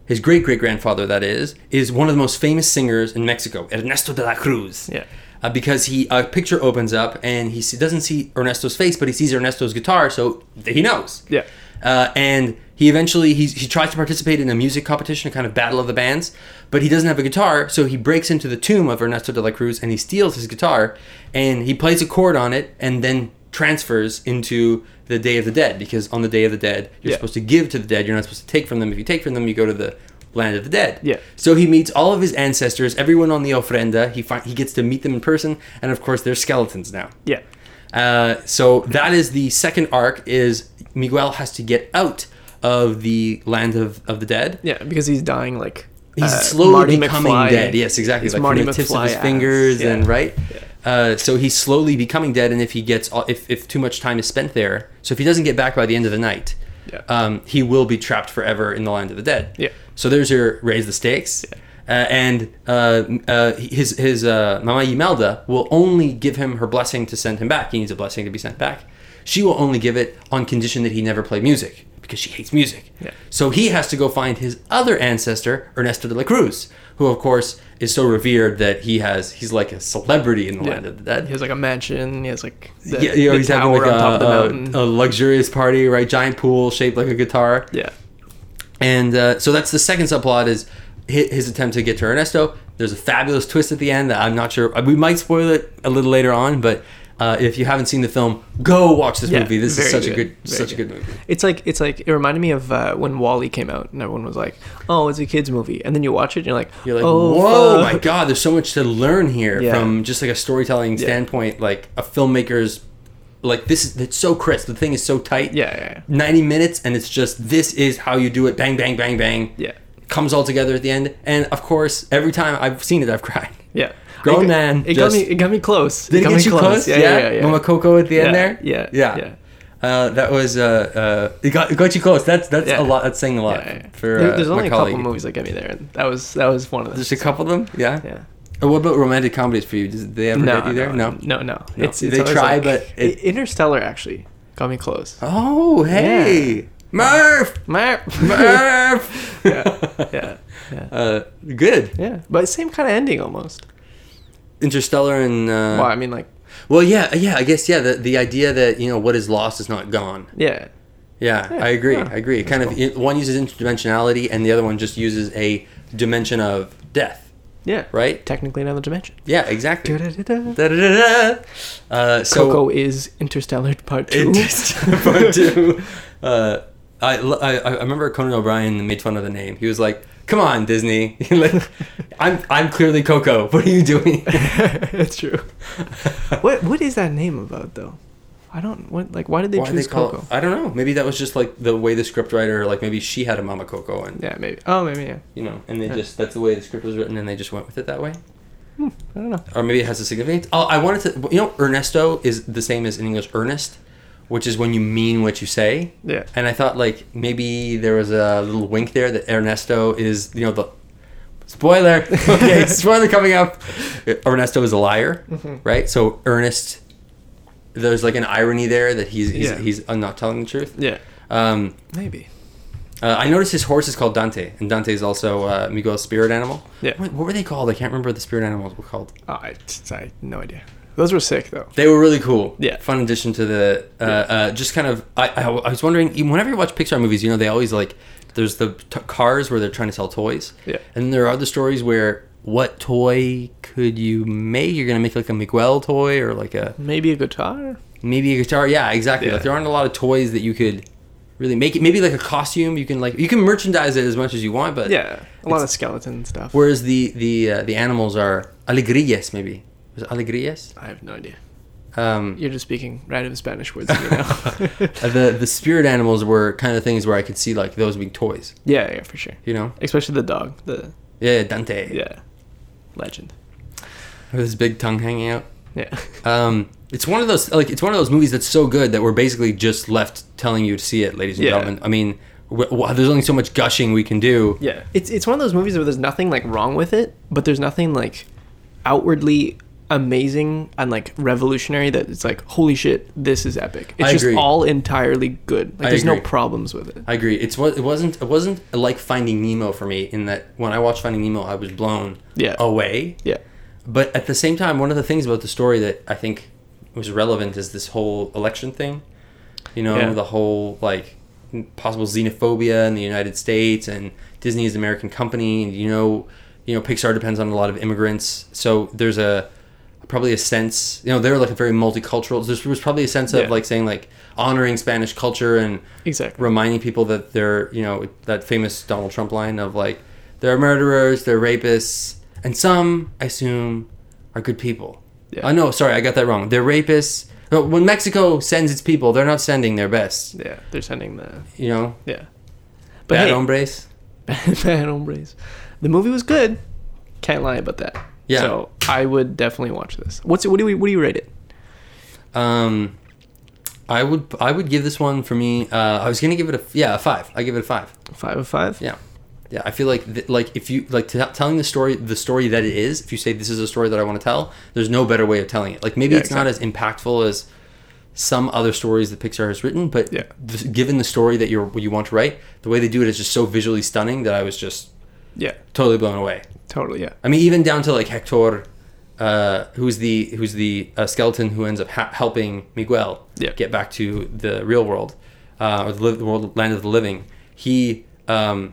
S1: his great great grandfather, that is, is one of the most famous singers in Mexico, Ernesto de la Cruz.
S2: Yeah.
S1: Uh, because he a picture opens up and he see, doesn't see Ernesto's face, but he sees Ernesto's guitar, so he knows.
S2: Yeah.
S1: Uh, and he eventually he's, he tries to participate in a music competition, a kind of battle of the bands, but he doesn't have a guitar, so he breaks into the tomb of Ernesto de la Cruz and he steals his guitar and he plays a chord on it and then transfers into the Day of the Dead because on the Day of the Dead you're
S2: Yeah.
S1: supposed to give to the dead, you're not supposed to take from them. If you take from them, you go to the land of the dead.
S2: Yeah.
S1: So he meets all of his ancestors, everyone on the ofrenda. He fi- he gets to meet them in person, and of course they're skeletons now.
S2: Yeah.
S1: Uh, so that is the second arc is Miguel has to get out of the land of, of the dead.
S2: Yeah, because he's dying like
S1: He's
S2: uh,
S1: slowly
S2: Marty
S1: becoming
S2: McFly.
S1: dead. Yes, exactly.
S2: He's
S1: like
S2: Marty
S1: from the tips of
S2: McFly
S1: his
S2: ass.
S1: fingers
S2: Yeah.
S1: and right. Uh, so he's slowly becoming dead, and if he gets all, if if too much time is spent there, so if he doesn't get back by the end of the night,
S2: Yeah.
S1: um, he will be trapped forever in the land of the dead.
S2: Yeah.
S1: So there's your raise the stakes. Uh, and uh, uh, his his uh, Mama Imelda will only give him her blessing to send him back. He needs a blessing to be sent back. She will only give it on condition that he never play music because she hates music.
S2: Yeah.
S1: So he has to go find his other ancestor, Ernesto de la Cruz, who of course is so revered that he has he's like a celebrity in the land of the dead.
S2: He has like a mansion. He has like the,
S1: yeah, you know,
S2: the
S1: he's having
S2: tower
S1: like a, uh,
S2: on top of the mountain.
S1: a, a luxurious party, right? Giant pool shaped like a guitar.
S2: yeah,
S1: And uh, so that's the second subplot is hi- his attempt to get to Ernesto. There's a fabulous twist at the end that I'm not sure. uh, We might spoil it a little later on, but uh, if you haven't seen the film, go watch this
S2: Yeah,
S1: movie. This is
S2: very
S1: such a
S2: good,
S1: good,
S2: very
S1: such a
S2: good.
S1: good movie.
S2: it's like it's like it reminded me of uh, when Wally came out, and everyone was like, "Oh, it's a kids movie," and then you watch it, and you're like,
S1: You're like,
S2: "Oh,
S1: whoa,
S2: fuck."
S1: my god! There's so much to learn here
S2: Yeah.
S1: from just like a storytelling standpoint, like a filmmaker's, like this is it's so crisp. The thing is so tight.
S2: Yeah, yeah, yeah.
S1: ninety minutes, and it's just this is how you do it. Bang, bang, bang, bang.
S2: Yeah.
S1: comes all together at the end, and of course, every time I've seen it, I've [laughs] cried.
S2: yeah."
S1: Grown
S2: it,
S1: man
S2: It
S1: just-
S2: got me. It got me close.
S1: Did it
S2: got
S1: get
S2: me
S1: you close?
S2: Yeah, yeah, yeah. yeah.
S1: Mama Coco at the end
S2: Yeah,
S1: there.
S2: yeah,
S1: yeah.
S2: yeah.
S1: Uh, that was uh, uh, it got it got you close. That's that's
S2: Yeah.
S1: a lot. That's saying a lot
S2: Yeah, yeah.
S1: for
S2: There-
S1: uh,
S2: there's only
S1: Macaulay.
S2: a couple movies that get me there, and that was that was one of them.
S1: Just a couple of them. Yeah.
S2: Yeah.
S1: Oh, what about romantic comedies for you? Did they ever
S2: No,
S1: get you there?
S2: no, no, no. It's, it's
S1: They
S2: always
S1: try,
S2: like-
S1: but
S2: [laughs]
S1: it-
S2: Interstellar actually got me close.
S1: Oh, hey, Murph, [laughs]
S2: yeah,
S1: Murph.
S2: [laughs]
S1: [laughs]
S2: yeah, yeah,
S1: Uh, good.
S2: yeah. But same kind of ending almost.
S1: Interstellar and uh,
S2: well, I mean, like,
S1: well, yeah, yeah. I guess yeah. The the idea that you know what is lost is not gone.
S2: yeah,
S1: Yeah,
S2: Yeah,
S1: I agree.
S2: yeah.
S1: I agree. It kind of it, one uses interdimensionality, and the other one just uses a dimension of death.
S2: yeah,
S1: Right?
S2: Technically another dimension.
S1: Yeah, exactly.
S2: Da-da-da-da.
S1: Da-da-da-da. Uh, so
S2: Coco is Interstellar
S1: [laughs]
S2: Part Two. [laughs]
S1: Interstellar Part Two. Uh, I, I I remember Conan O'Brien made fun of the name. He was like, "Come on, Disney! [laughs] like, I'm I'm clearly Coco. What are you doing?" [laughs]
S2: it's true. [laughs] What what is that name about though? I don't. What like? Why did they
S1: Why do
S2: choose
S1: they call?
S2: Coco?
S1: I don't know. Maybe that was just like the way the scriptwriter, like maybe she had a Mama Coco, and
S2: Yeah, maybe. Oh, maybe. Yeah.
S1: you know, and they just that's the way the script was written, and they just went with it that way.
S2: Hmm, I don't know.
S1: or maybe it has a significance. Oh, I wanted to, you know, Ernesto is the same as in English earnest, which is when you mean what you say.
S2: Yeah.
S1: And I thought like maybe there was a little wink there that Ernesto is, you know, the spoiler. [laughs]
S2: [laughs]
S1: Okay, spoiler coming up. Ernesto is a liar,
S2: Mm-hmm.
S1: right? So earnest. There's like an irony there that he's he's,
S2: Yeah.
S1: he's uh, not telling the truth.
S2: Yeah.
S1: Um,
S2: Maybe.
S1: uh, I noticed his horse is called Dante, and Dante is also uh, Miguel's spirit animal.
S2: Yeah.
S1: What, what were they called? I can't remember what the spirit animals were called.
S2: Oh, I, I had no idea. Those were sick though.
S1: They were really cool.
S2: Yeah.
S1: Fun addition to the uh, uh, just kind of. I, I, I was wondering even whenever you watch Pixar movies, you know they always like there's the t- cars where they're trying to sell toys.
S2: Yeah.
S1: And there are other stories where what toy could you make? You're gonna make like a Miguel toy or like a
S2: Maybe a guitar.
S1: maybe a guitar. Yeah, exactly.
S2: Yeah.
S1: Like there aren't a lot of toys that you could really make it. Maybe like a costume. You can like you can merchandise it as much as you want, but
S2: Yeah, a lot of skeleton stuff.
S1: Whereas the the uh, the animals are alegrías maybe. Was it alegrías?
S2: I have no idea.
S1: Um,
S2: [laughs] You're just speaking random Spanish words to me
S1: [laughs]
S2: now.
S1: Uh, the the spirit animals were kind of things where I could see like those being toys,
S2: yeah, yeah, for sure.
S1: you know?
S2: Especially the dog. The
S1: Yeah, Dante.
S2: yeah, legend.
S1: With his big tongue hanging out.
S2: Yeah, [laughs]
S1: Um, It's one of those like it's one of those movies that's so good that we're basically just left telling you to see it, ladies and
S2: Yeah.
S1: gentlemen. I mean, w- w- there's only so much gushing we can do.
S2: Yeah, it's it's one of those movies where there's nothing like wrong with it, but there's nothing like outwardly amazing and like revolutionary that it's like holy shit, this is epic. It's
S1: I
S2: just
S1: agree.
S2: all entirely good. Like
S1: I
S2: there's no
S1: agree.
S2: problems with it.
S1: I agree. It's wa- it wasn't it wasn't like Finding Nemo for me in that when I watched Finding Nemo, I was blown
S2: Yeah.
S1: away.
S2: Yeah,
S1: But at the same time, one of the things about the story that I think was relevant is this whole election thing. You know,
S2: Yeah.
S1: the whole like n- possible xenophobia in the United States and Disney is an American company and you know, you know Pixar depends on a lot of immigrants. So there's a probably a sense, you know, they're like a very multicultural. There was probably a sense
S2: Yeah.
S1: of like saying like honoring Spanish culture and
S2: exactly.
S1: reminding people that they're you know that famous Donald Trump line of like they're murderers, they're rapists, and some I assume are good people.
S2: Yeah.
S1: Oh no, sorry, I got that wrong. They're rapists. No, when Mexico sends its people, they're not sending their best.
S2: Yeah, they're sending the
S1: You know,
S2: yeah. But
S1: bad
S2: hey,
S1: hombres.
S2: [laughs] bad hombres. The movie was good. Can't lie about that.
S1: Yeah.
S2: So I would definitely watch this. What's it, what do we what do you rate it?
S1: Um, I would I would give this one for me. Uh, I was gonna give it a yeah a five. I give it a five.
S2: Five of five.
S1: Yeah. Yeah, I feel like th- like if you like t- telling the story the story that it is, if you say this is a story that I want to tell, there's no better way of telling it. Like maybe
S2: Yeah,
S1: it's not as impactful as some other stories that Pixar has written, but
S2: Yeah.
S1: th- given the story that you're you want to write, the way they do it is just so visually stunning that I was just
S2: Yeah.
S1: totally blown away.
S2: Totally. Yeah.
S1: I mean, even down to like Hector, uh, who's the who's the uh, skeleton who ends up ha- helping Miguel
S2: Yeah.
S1: get back to the real world uh, or the, live, the world land of the living. He um,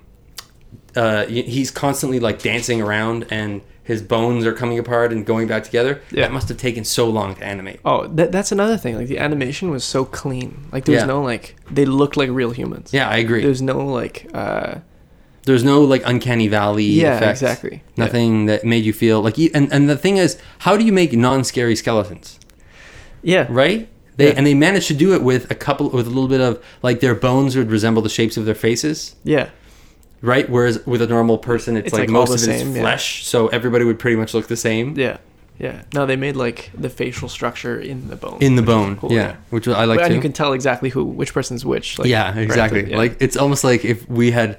S1: uh, y- he's constantly like dancing around and his bones are coming apart and going back together.
S2: Yeah.
S1: That must have taken so long to animate.
S2: Oh, that, that's another thing. Like the animation was so clean. Like there was
S1: Yeah.
S2: no like they looked like real humans.
S1: Yeah, I agree. There's,
S2: There's no like uh
S1: no like uncanny valley.
S2: Yeah,
S1: effect.
S2: exactly. Yeah.
S1: Nothing that made you feel like. e- And and the thing is, how do you make non-scary skeletons?
S2: Yeah.
S1: right? They
S2: Yeah.
S1: and they managed to do it with a couple with a little bit of like their bones would resemble the shapes of their faces,
S2: Yeah.
S1: right? Whereas with a normal person, it's,
S2: It's,
S1: like,
S2: like, all
S1: most of
S2: the
S1: it is
S2: same, yeah.
S1: flesh, so everybody would pretty much look the same
S2: Yeah. Yeah. No, they made like the facial structure in the bone.
S1: in the
S2: which is
S1: bone.
S2: cool,
S1: yeah. which I like
S2: But- and
S1: too.
S2: you can tell exactly who which person's which. Like,
S1: yeah,
S2: right
S1: exactly.
S2: there, yeah.
S1: Like it's almost like if we had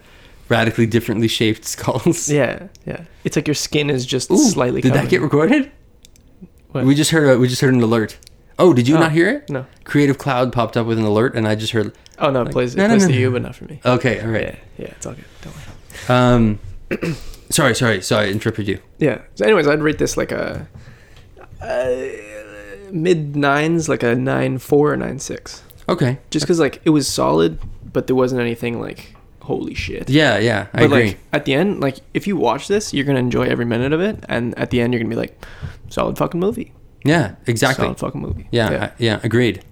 S1: radically differently shaped [laughs] skulls.
S2: Yeah, yeah. It's like your skin is just
S1: Ooh,
S2: slightly
S1: Did
S2: covered.
S1: that get recorded?
S2: What?
S1: We just heard. A, we just heard an alert. Oh, did you
S2: Oh,
S1: not hear it?
S2: No.
S1: Creative Cloud popped up with an alert, and I just heard.
S2: Oh no, it
S1: Like,
S2: plays it
S1: no, no,
S2: plays
S1: no,
S2: to
S1: no. Uh,
S2: you, but not for me.
S1: Okay, all
S2: Yeah,
S1: right.
S2: yeah, it's all good. Don't worry.
S1: Um, [coughs] sorry, sorry, sorry. I interrupted you.
S2: Yeah. So, anyways, I'd rate this like a, uh mid nines, like a nine four or nine six,
S1: Okay.
S2: just because like it was solid, but there wasn't anything like holy shit.
S1: Yeah, yeah, I
S2: but
S1: agree.
S2: like at the end, like if you watch this, you're gonna enjoy every minute of it, and at the end, you're gonna be like, solid fucking movie.
S1: yeah, exactly.
S2: Solid fucking movie.
S1: yeah, yeah, yeah, agreed.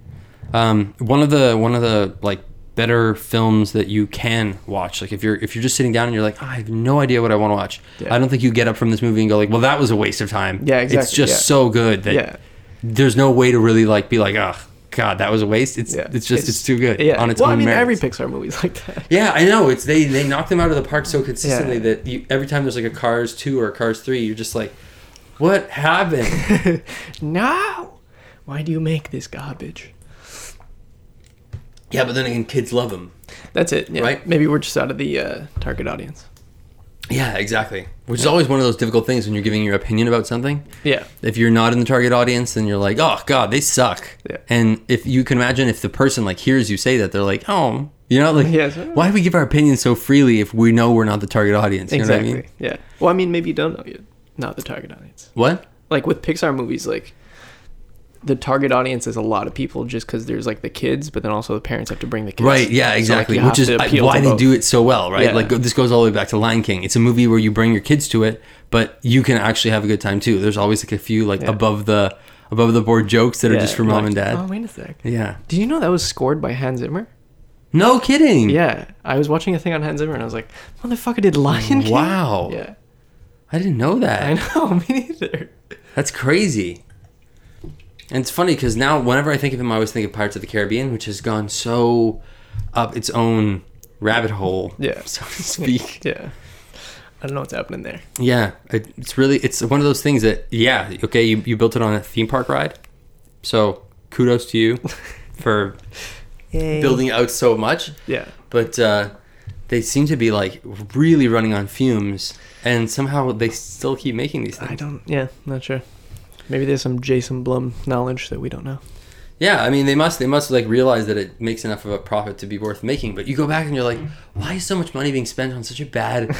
S1: Um, one of the one of the like better films that you can watch. Like if you're if you're just sitting down and you're like, "Ah, I have no idea what I want to watch.
S2: Yeah.
S1: I don't think you get up from this movie and go like, well, that was a waste of time.
S2: Yeah,
S1: It's
S2: exactly,
S1: just
S2: yeah.
S1: so good that
S2: yeah.
S1: there's no way to really like be like, oh God, that was a waste. It's
S2: Yeah.
S1: it's just it's, too good
S2: Yeah.
S1: on its
S2: well,
S1: own
S2: I mean,
S1: merits.
S2: every Pixar movie's like that. [laughs]
S1: Yeah, I know. It's they they knock them out of the park so consistently
S2: Yeah.
S1: that you, every time there's like a Cars two or a Cars three, you're just like, what happened?
S2: no! Why do you make this garbage?
S1: yeah, but then again, kids love them.
S2: That's it. Yeah.
S1: Right.
S2: Maybe we're just out of the uh, target audience.
S1: Yeah, exactly. Which is always one of those difficult things when you're giving your opinion about something.
S2: Yeah.
S1: If you're not in the target audience, then you're like, oh god, they suck.
S2: Yeah.
S1: And if you can imagine if the person like hears you say that, they're like, oh, you know, like,
S2: [laughs] Yes.
S1: why do we give our opinions so freely if we know we're not the target audience? You
S2: Exactly.
S1: know what I mean?
S2: Yeah. Well, I mean, maybe you don't know yet. Not the target audience.
S1: What?
S2: Like with Pixar movies, like the target audience is a lot of people just because there's like the kids, but then also the parents have to bring the kids.
S1: Right,
S2: So,
S1: yeah,
S2: like,
S1: exactly.
S2: you
S1: Which
S2: have
S1: is
S2: to
S1: uh,
S2: appeal
S1: why
S2: to
S1: they
S2: both.
S1: do it so well, right?
S2: Yeah.
S1: Like this goes all the way back to Lion King. It's a movie where you bring your kids to it, but you can actually have a good time too. There's always like a few like
S2: Yeah.
S1: above the above the board jokes that are
S2: Yeah,
S1: just for
S2: you're
S1: mom
S2: like,
S1: and dad.
S2: Oh, wait a sec.
S1: yeah.
S2: Did you know that was scored by Hans Zimmer?
S1: No kidding.
S2: Yeah. I was watching a thing on Hans Zimmer and I was like, motherfucker did Lion King?
S1: [laughs] Wow.
S2: Yeah.
S1: I didn't know
S2: I
S1: that.
S2: know, [laughs] me neither.
S1: That's crazy. And it's funny because now, whenever I think of him, I always think of Pirates of the Caribbean, which has gone so up its own rabbit hole,
S2: Yeah.
S1: [laughs] so to speak.
S2: Yeah. I don't know what's happening there.
S1: yeah, it, it's really it's one of those things that yeah, okay, you, you built it on a theme park ride, So kudos to
S2: [laughs]
S1: you for building out so much.
S2: Yeah.
S1: But uh, they seem to be like really running on fumes, and somehow they still keep making these
S2: I
S1: things.
S2: don't. Yeah, not sure. Maybe there's some Jason Blum knowledge that we don't know.
S1: Yeah, I mean they must they must like realize that it makes enough of a profit to be worth making. But you go back and you're like, why is so much money being spent on such a
S2: [laughs]
S1: bad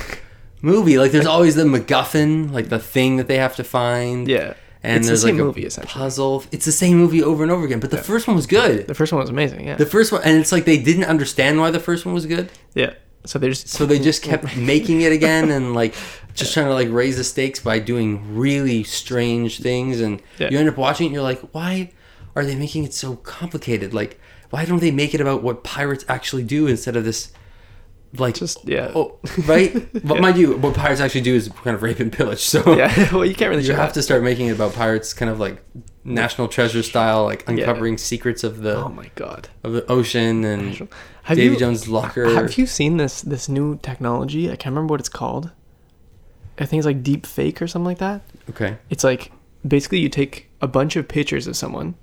S1: movie? Like there's always the MacGuffin, like the thing that they have to find.
S2: Yeah.
S1: and
S2: It's the
S1: there's
S2: same
S1: like
S2: movie,
S1: a
S2: essentially.
S1: puzzle. It's the same movie over and over again. But the first one was good.
S2: The first one was amazing. Yeah.
S1: The first one, and it's like they didn't understand why the first one was good,
S2: yeah. So there's.
S1: so they just kept making it again and like just trying to like raise the stakes by doing really strange things. And
S2: Yeah.
S1: you end up watching it, and you're like, why are they making it so complicated? Like, why don't they make it about what pirates actually do instead of this? Like
S2: Just- yeah.
S1: oh,
S2: [laughs]
S1: right. But
S2: Yeah.
S1: mind you, what pirates actually do is kind of rape and pillage. So
S2: [laughs] yeah. [laughs] Well, you
S1: [laughs]
S2: can't really.
S1: you
S2: show
S1: have
S2: that.
S1: to start making it about pirates, kind of like national treasure style, like uncovering secrets of the
S2: Oh my god.
S1: of the ocean and
S2: Have
S1: Davy
S2: you-
S1: Jones' locker.
S2: Have you seen this this new technology? I can't remember what it's called. I think it's like deep fake or something like that.
S1: okay,
S2: It's like basically you take a bunch of pictures of someone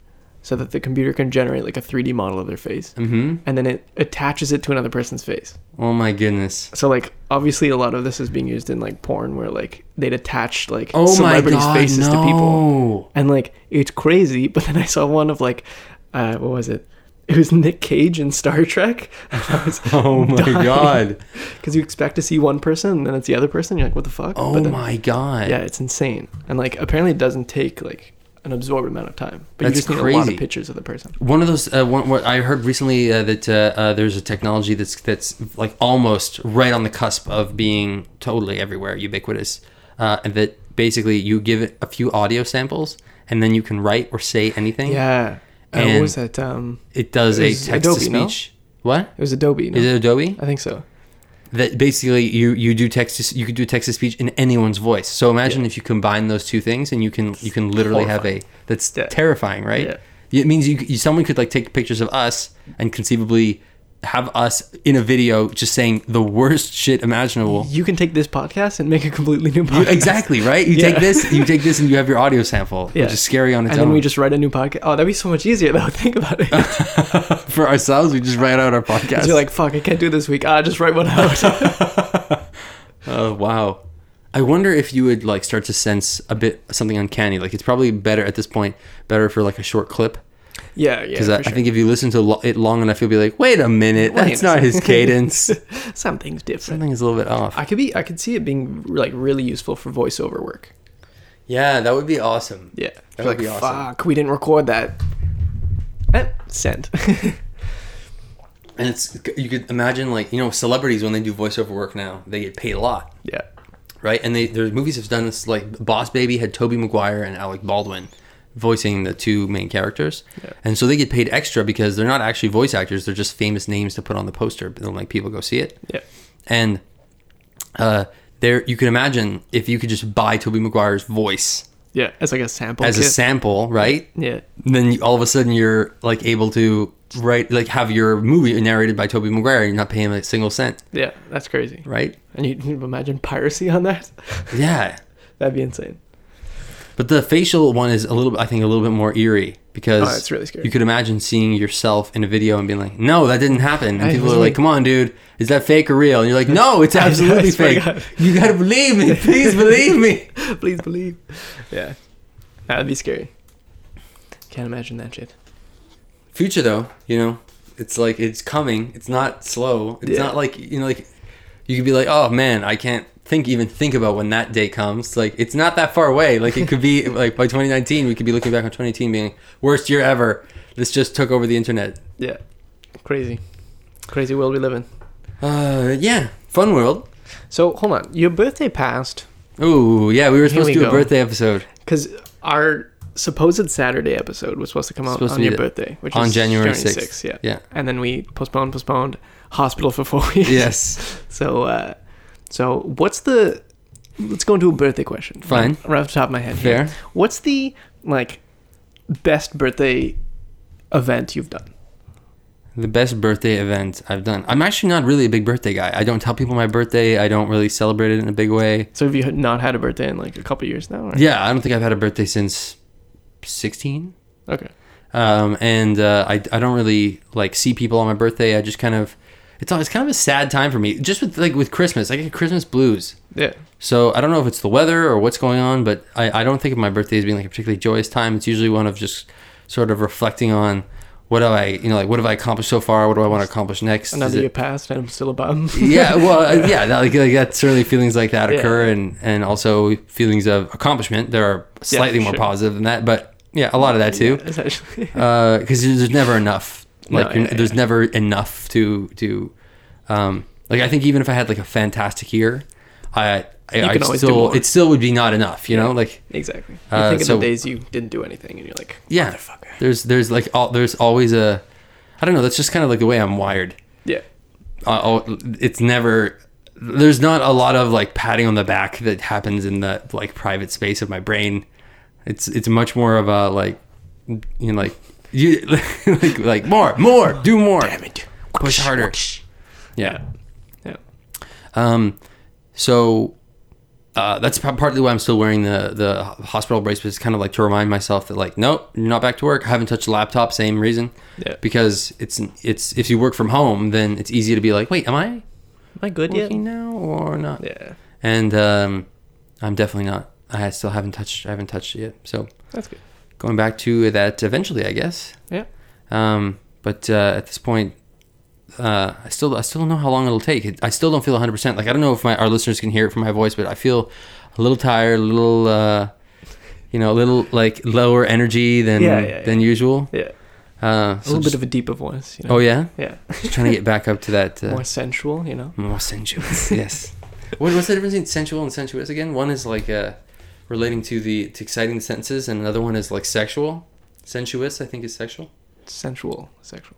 S2: so that the computer can generate like a 3D model of their face
S1: hmm
S2: and then it attaches it to another person's face.
S1: Oh my goodness.
S2: So like obviously a lot of this is being used in like porn where like they'd attach like
S1: Oh my
S2: celebrities
S1: god,
S2: faces
S1: no.
S2: to people. And like it's crazy, [laughs] but then I saw one of like uh what was it? It was Nick Cage in Star Trek. [laughs] I was
S1: [laughs] Oh my
S2: [laughs]
S1: god.
S2: Because you expect to see one person and then it's the other person. You're like, what the fuck?
S1: Oh
S2: But then-
S1: my god.
S2: Yeah, it's insane. And like, apparently it doesn't take like an absorbed amount of time, but
S1: That's
S2: you just need a lot
S1: crazy.
S2: of pictures of the person.
S1: One of those. Uh, one, what I heard recently uh, that uh, uh, there's a technology that's that's like almost right on the cusp of being totally everywhere, ubiquitous, uh, and that basically you give it a few audio samples and then you can write or say anything.
S2: Yeah. Uh, what
S1: And-
S2: was that? Um,
S1: It does
S2: It
S1: a
S2: was
S1: text to
S2: Adobe, no?
S1: speech. What
S2: it was Adobe. No?
S1: is it? Adobe?
S2: I think so.
S1: That basically you you do text to, you could do text to speech in anyone's voice. So imagine if you combine those two things and you can you can literally have a that's
S2: Yeah.
S1: terrifying, right?
S2: Yeah.
S1: It means you, you someone could like take pictures of us and conceivably have us in a video just saying the worst shit imaginable.
S2: You can take this podcast and make a completely new
S1: You-
S2: [laughs] podcast.
S1: exactly right. You
S2: Yeah.
S1: take this, you take this, and you have your audio sample,
S2: Yeah.
S1: which is scary on its
S2: And
S1: own.
S2: then we just write a new podcast. Oh, that'd be so much easier though. [laughs] Think about
S1: [laughs]
S2: it. 'Cause
S1: For ourselves, we just write out
S2: [laughs]
S1: our podcast.
S2: You're like, fuck, I can't do this week. Ah, just write one
S1: [laughs]
S2: out. [laughs]
S1: Oh wow. I wonder if you would like start to sense a bit something uncanny. Like it's probably better at this point, better for like a short clip.
S2: yeah, yeah.
S1: Because I,
S2: for
S1: I
S2: [laughs] sure.
S1: think if you listen to lo- it long enough, you'll be like, wait a minute,
S2: Wait a
S1: that's not his
S2: second." [laughs]
S1: cadence.
S2: something's different.
S1: Something is a little bit off.
S2: I could be. I could see it being like really useful for voiceover work.
S1: Yeah, that would be awesome.
S2: Yeah.
S1: That
S2: You're
S1: would be awesome.
S2: Fuck, we didn't record that. Eh, send. [laughs]
S1: And it's you could imagine like you know celebrities when they do voiceover work now, they get paid a lot.
S2: yeah.
S1: right? And they their movies have done this. Like Boss Baby had Toby Maguire and Alec Baldwin voicing the two main characters,
S2: Yeah.
S1: and so they get paid extra because they're not actually voice actors; they're just famous names to put on the poster, but then like people go see it.
S2: Yeah.
S1: And uh, there, you can imagine if you could just buy Toby Maguire's voice
S2: Yeah. As like a sample.
S1: as a
S2: kit.
S1: sample, right?
S2: Yeah.
S1: Then you, all of a sudden you're like able to write, like have your movie narrated by Toby Maguire. You're not paying him a single cent,
S2: Yeah. That's crazy.
S1: right?
S2: And you can imagine piracy on that? [laughs]
S1: Yeah.
S2: That'd be insane.
S1: But the facial one is a little, bit- I think, a little bit more eerie because
S2: Oh, it's really scary.
S1: You could imagine seeing yourself in a video and being like, "No, that didn't happen," and
S2: Hey,
S1: people
S2: it
S1: are
S2: was
S1: like,
S2: me.
S1: "Come on, dude, is that fake or real?" And you're
S2: [laughs]
S1: like, "No, it's
S2: I know, I
S1: absolutely
S2: swear to
S1: fake.
S2: God."
S1: You gotta believe
S2: [laughs]
S1: me. Please believe me."
S2: Please believe. Yeah. That'd be scary. Can't imagine that shit.
S1: Future though, you know, it's like it's coming. It's not slow. It's
S2: Yeah.
S1: not like you know, like you could be like, "Oh man, I can't think even think about when that day comes." Like it's not that far away. Like it could
S2: [laughs]
S1: be like by 2019, we could be looking back on 2018 being worst year ever. This just took over the internet.
S2: Yeah. Crazy. Crazy world we live in.
S1: Uh, yeah, fun world.
S2: So hold on. Your birthday passed
S1: Ooh, yeah, we were supposed
S2: we
S1: to do a
S2: go.
S1: birthday
S2: [laughs]
S1: episode
S2: because our supposed Saturday episode was supposed to come out
S1: Supposed to
S2: on
S1: be
S2: your
S1: the-
S2: birthday, which
S1: on
S2: is
S1: January sixth.
S2: 6th, Yeah.
S1: yeah.
S2: and then we postponed, postponed, hospital for four [laughs] weeks.
S1: Yes.
S2: So, uh, so what's the? Let's go into a birthday question.
S1: Fine.
S2: Right off the top of my head. here.
S1: Fair.
S2: What's the like best birthday event you've done?
S1: The best birthday event I've done. I'm actually not really a big birthday guy. I don't tell people my birthday. I don't really celebrate it in a big way.
S2: So have you not had a birthday in like a couple years now? Or?
S1: Yeah, I don't think I've had a birthday since 16.
S2: Okay.
S1: um, and uh, I I don't really like see people on my birthday. I just kind of it's always kind of a sad time for me. Just with like with Christmas, I get Christmas blues.
S2: Yeah.
S1: So I don't know if it's the weather or what's going on, but I, I don't think of my birthday as being like a particularly joyous time. It's usually one of just sort of reflecting on what have I you know like what have I accomplished so far? What do I want to accomplish next? Is
S2: Another
S1: it-
S2: year passed and I'm still
S1: [laughs]
S2: a bum.
S1: yeah,
S2: [laughs]
S1: well, uh, yeah, that, like, like that certainly feelings like that
S2: Yeah.
S1: occur, and and also feelings of accomplishment. There are slightly more
S2: sure.
S1: positive than that, but yeah, a lot of that too,
S2: [laughs] Essentially.
S1: because Uh, there's, there's never enough.
S2: No,
S1: Like you're-
S2: yeah, yeah.
S1: there's never enough to to, um, like I think even if I had like a fantastic year, I I, I
S2: can always do
S1: still
S2: more.
S1: it still would be not enough. You know, like
S2: Exactly. You
S1: Uh,
S2: think
S1: so-
S2: of the days you didn't do anything and you're like,
S1: yeah,
S2: Motherfucker.
S1: there's there's like all, there's always a, I don't know. That's just kind of like the way I'm wired.
S2: yeah.
S1: uh, oh, it's never there's not a lot of like patting on the back that happens in the like private space of my brain it's it's much more of a like you know like you [laughs] like like more more do more
S2: it.
S1: push harder yeah
S2: Yeah.
S1: um so uh, that's p- partly why I'm still wearing the the hospital brace, but it's kind of like to remind myself that like, nope, you're not back to work. I haven't touched the laptop. Same reason,
S2: Yeah.
S1: because it's it's if you work from home, then it's easy to be like, wait, am I
S2: Am I good
S1: working now or not?
S2: Yeah.
S1: And um, I'm definitely not. I still haven't touched. I haven't touched it yet. So
S2: That's good.
S1: going back to that eventually, I guess.
S2: Yeah.
S1: Um, but uh, at this point, uh, I still I still don't know how long it'll take. It, I still don't feel 100. percent Like I don't know if my our listeners can hear it from my voice, but I feel a little tired, a little. Uh, you know, a little like lower energy than
S2: Yeah, yeah, yeah.
S1: than usual.
S2: Yeah.
S1: Uh,
S2: A little bit of a deeper voice, you know.
S1: oh yeah,
S2: yeah.
S1: just trying to get back up to that uh,
S2: More sensual, you know.
S1: More
S2: [laughs]
S1: sensuous. yes. What, what's the difference between sensual and sensuous again? One is like uh, relating to the to exciting senses, and another one is like sexual. Sensuous, I think, is sexual.
S2: Sensual, sexual.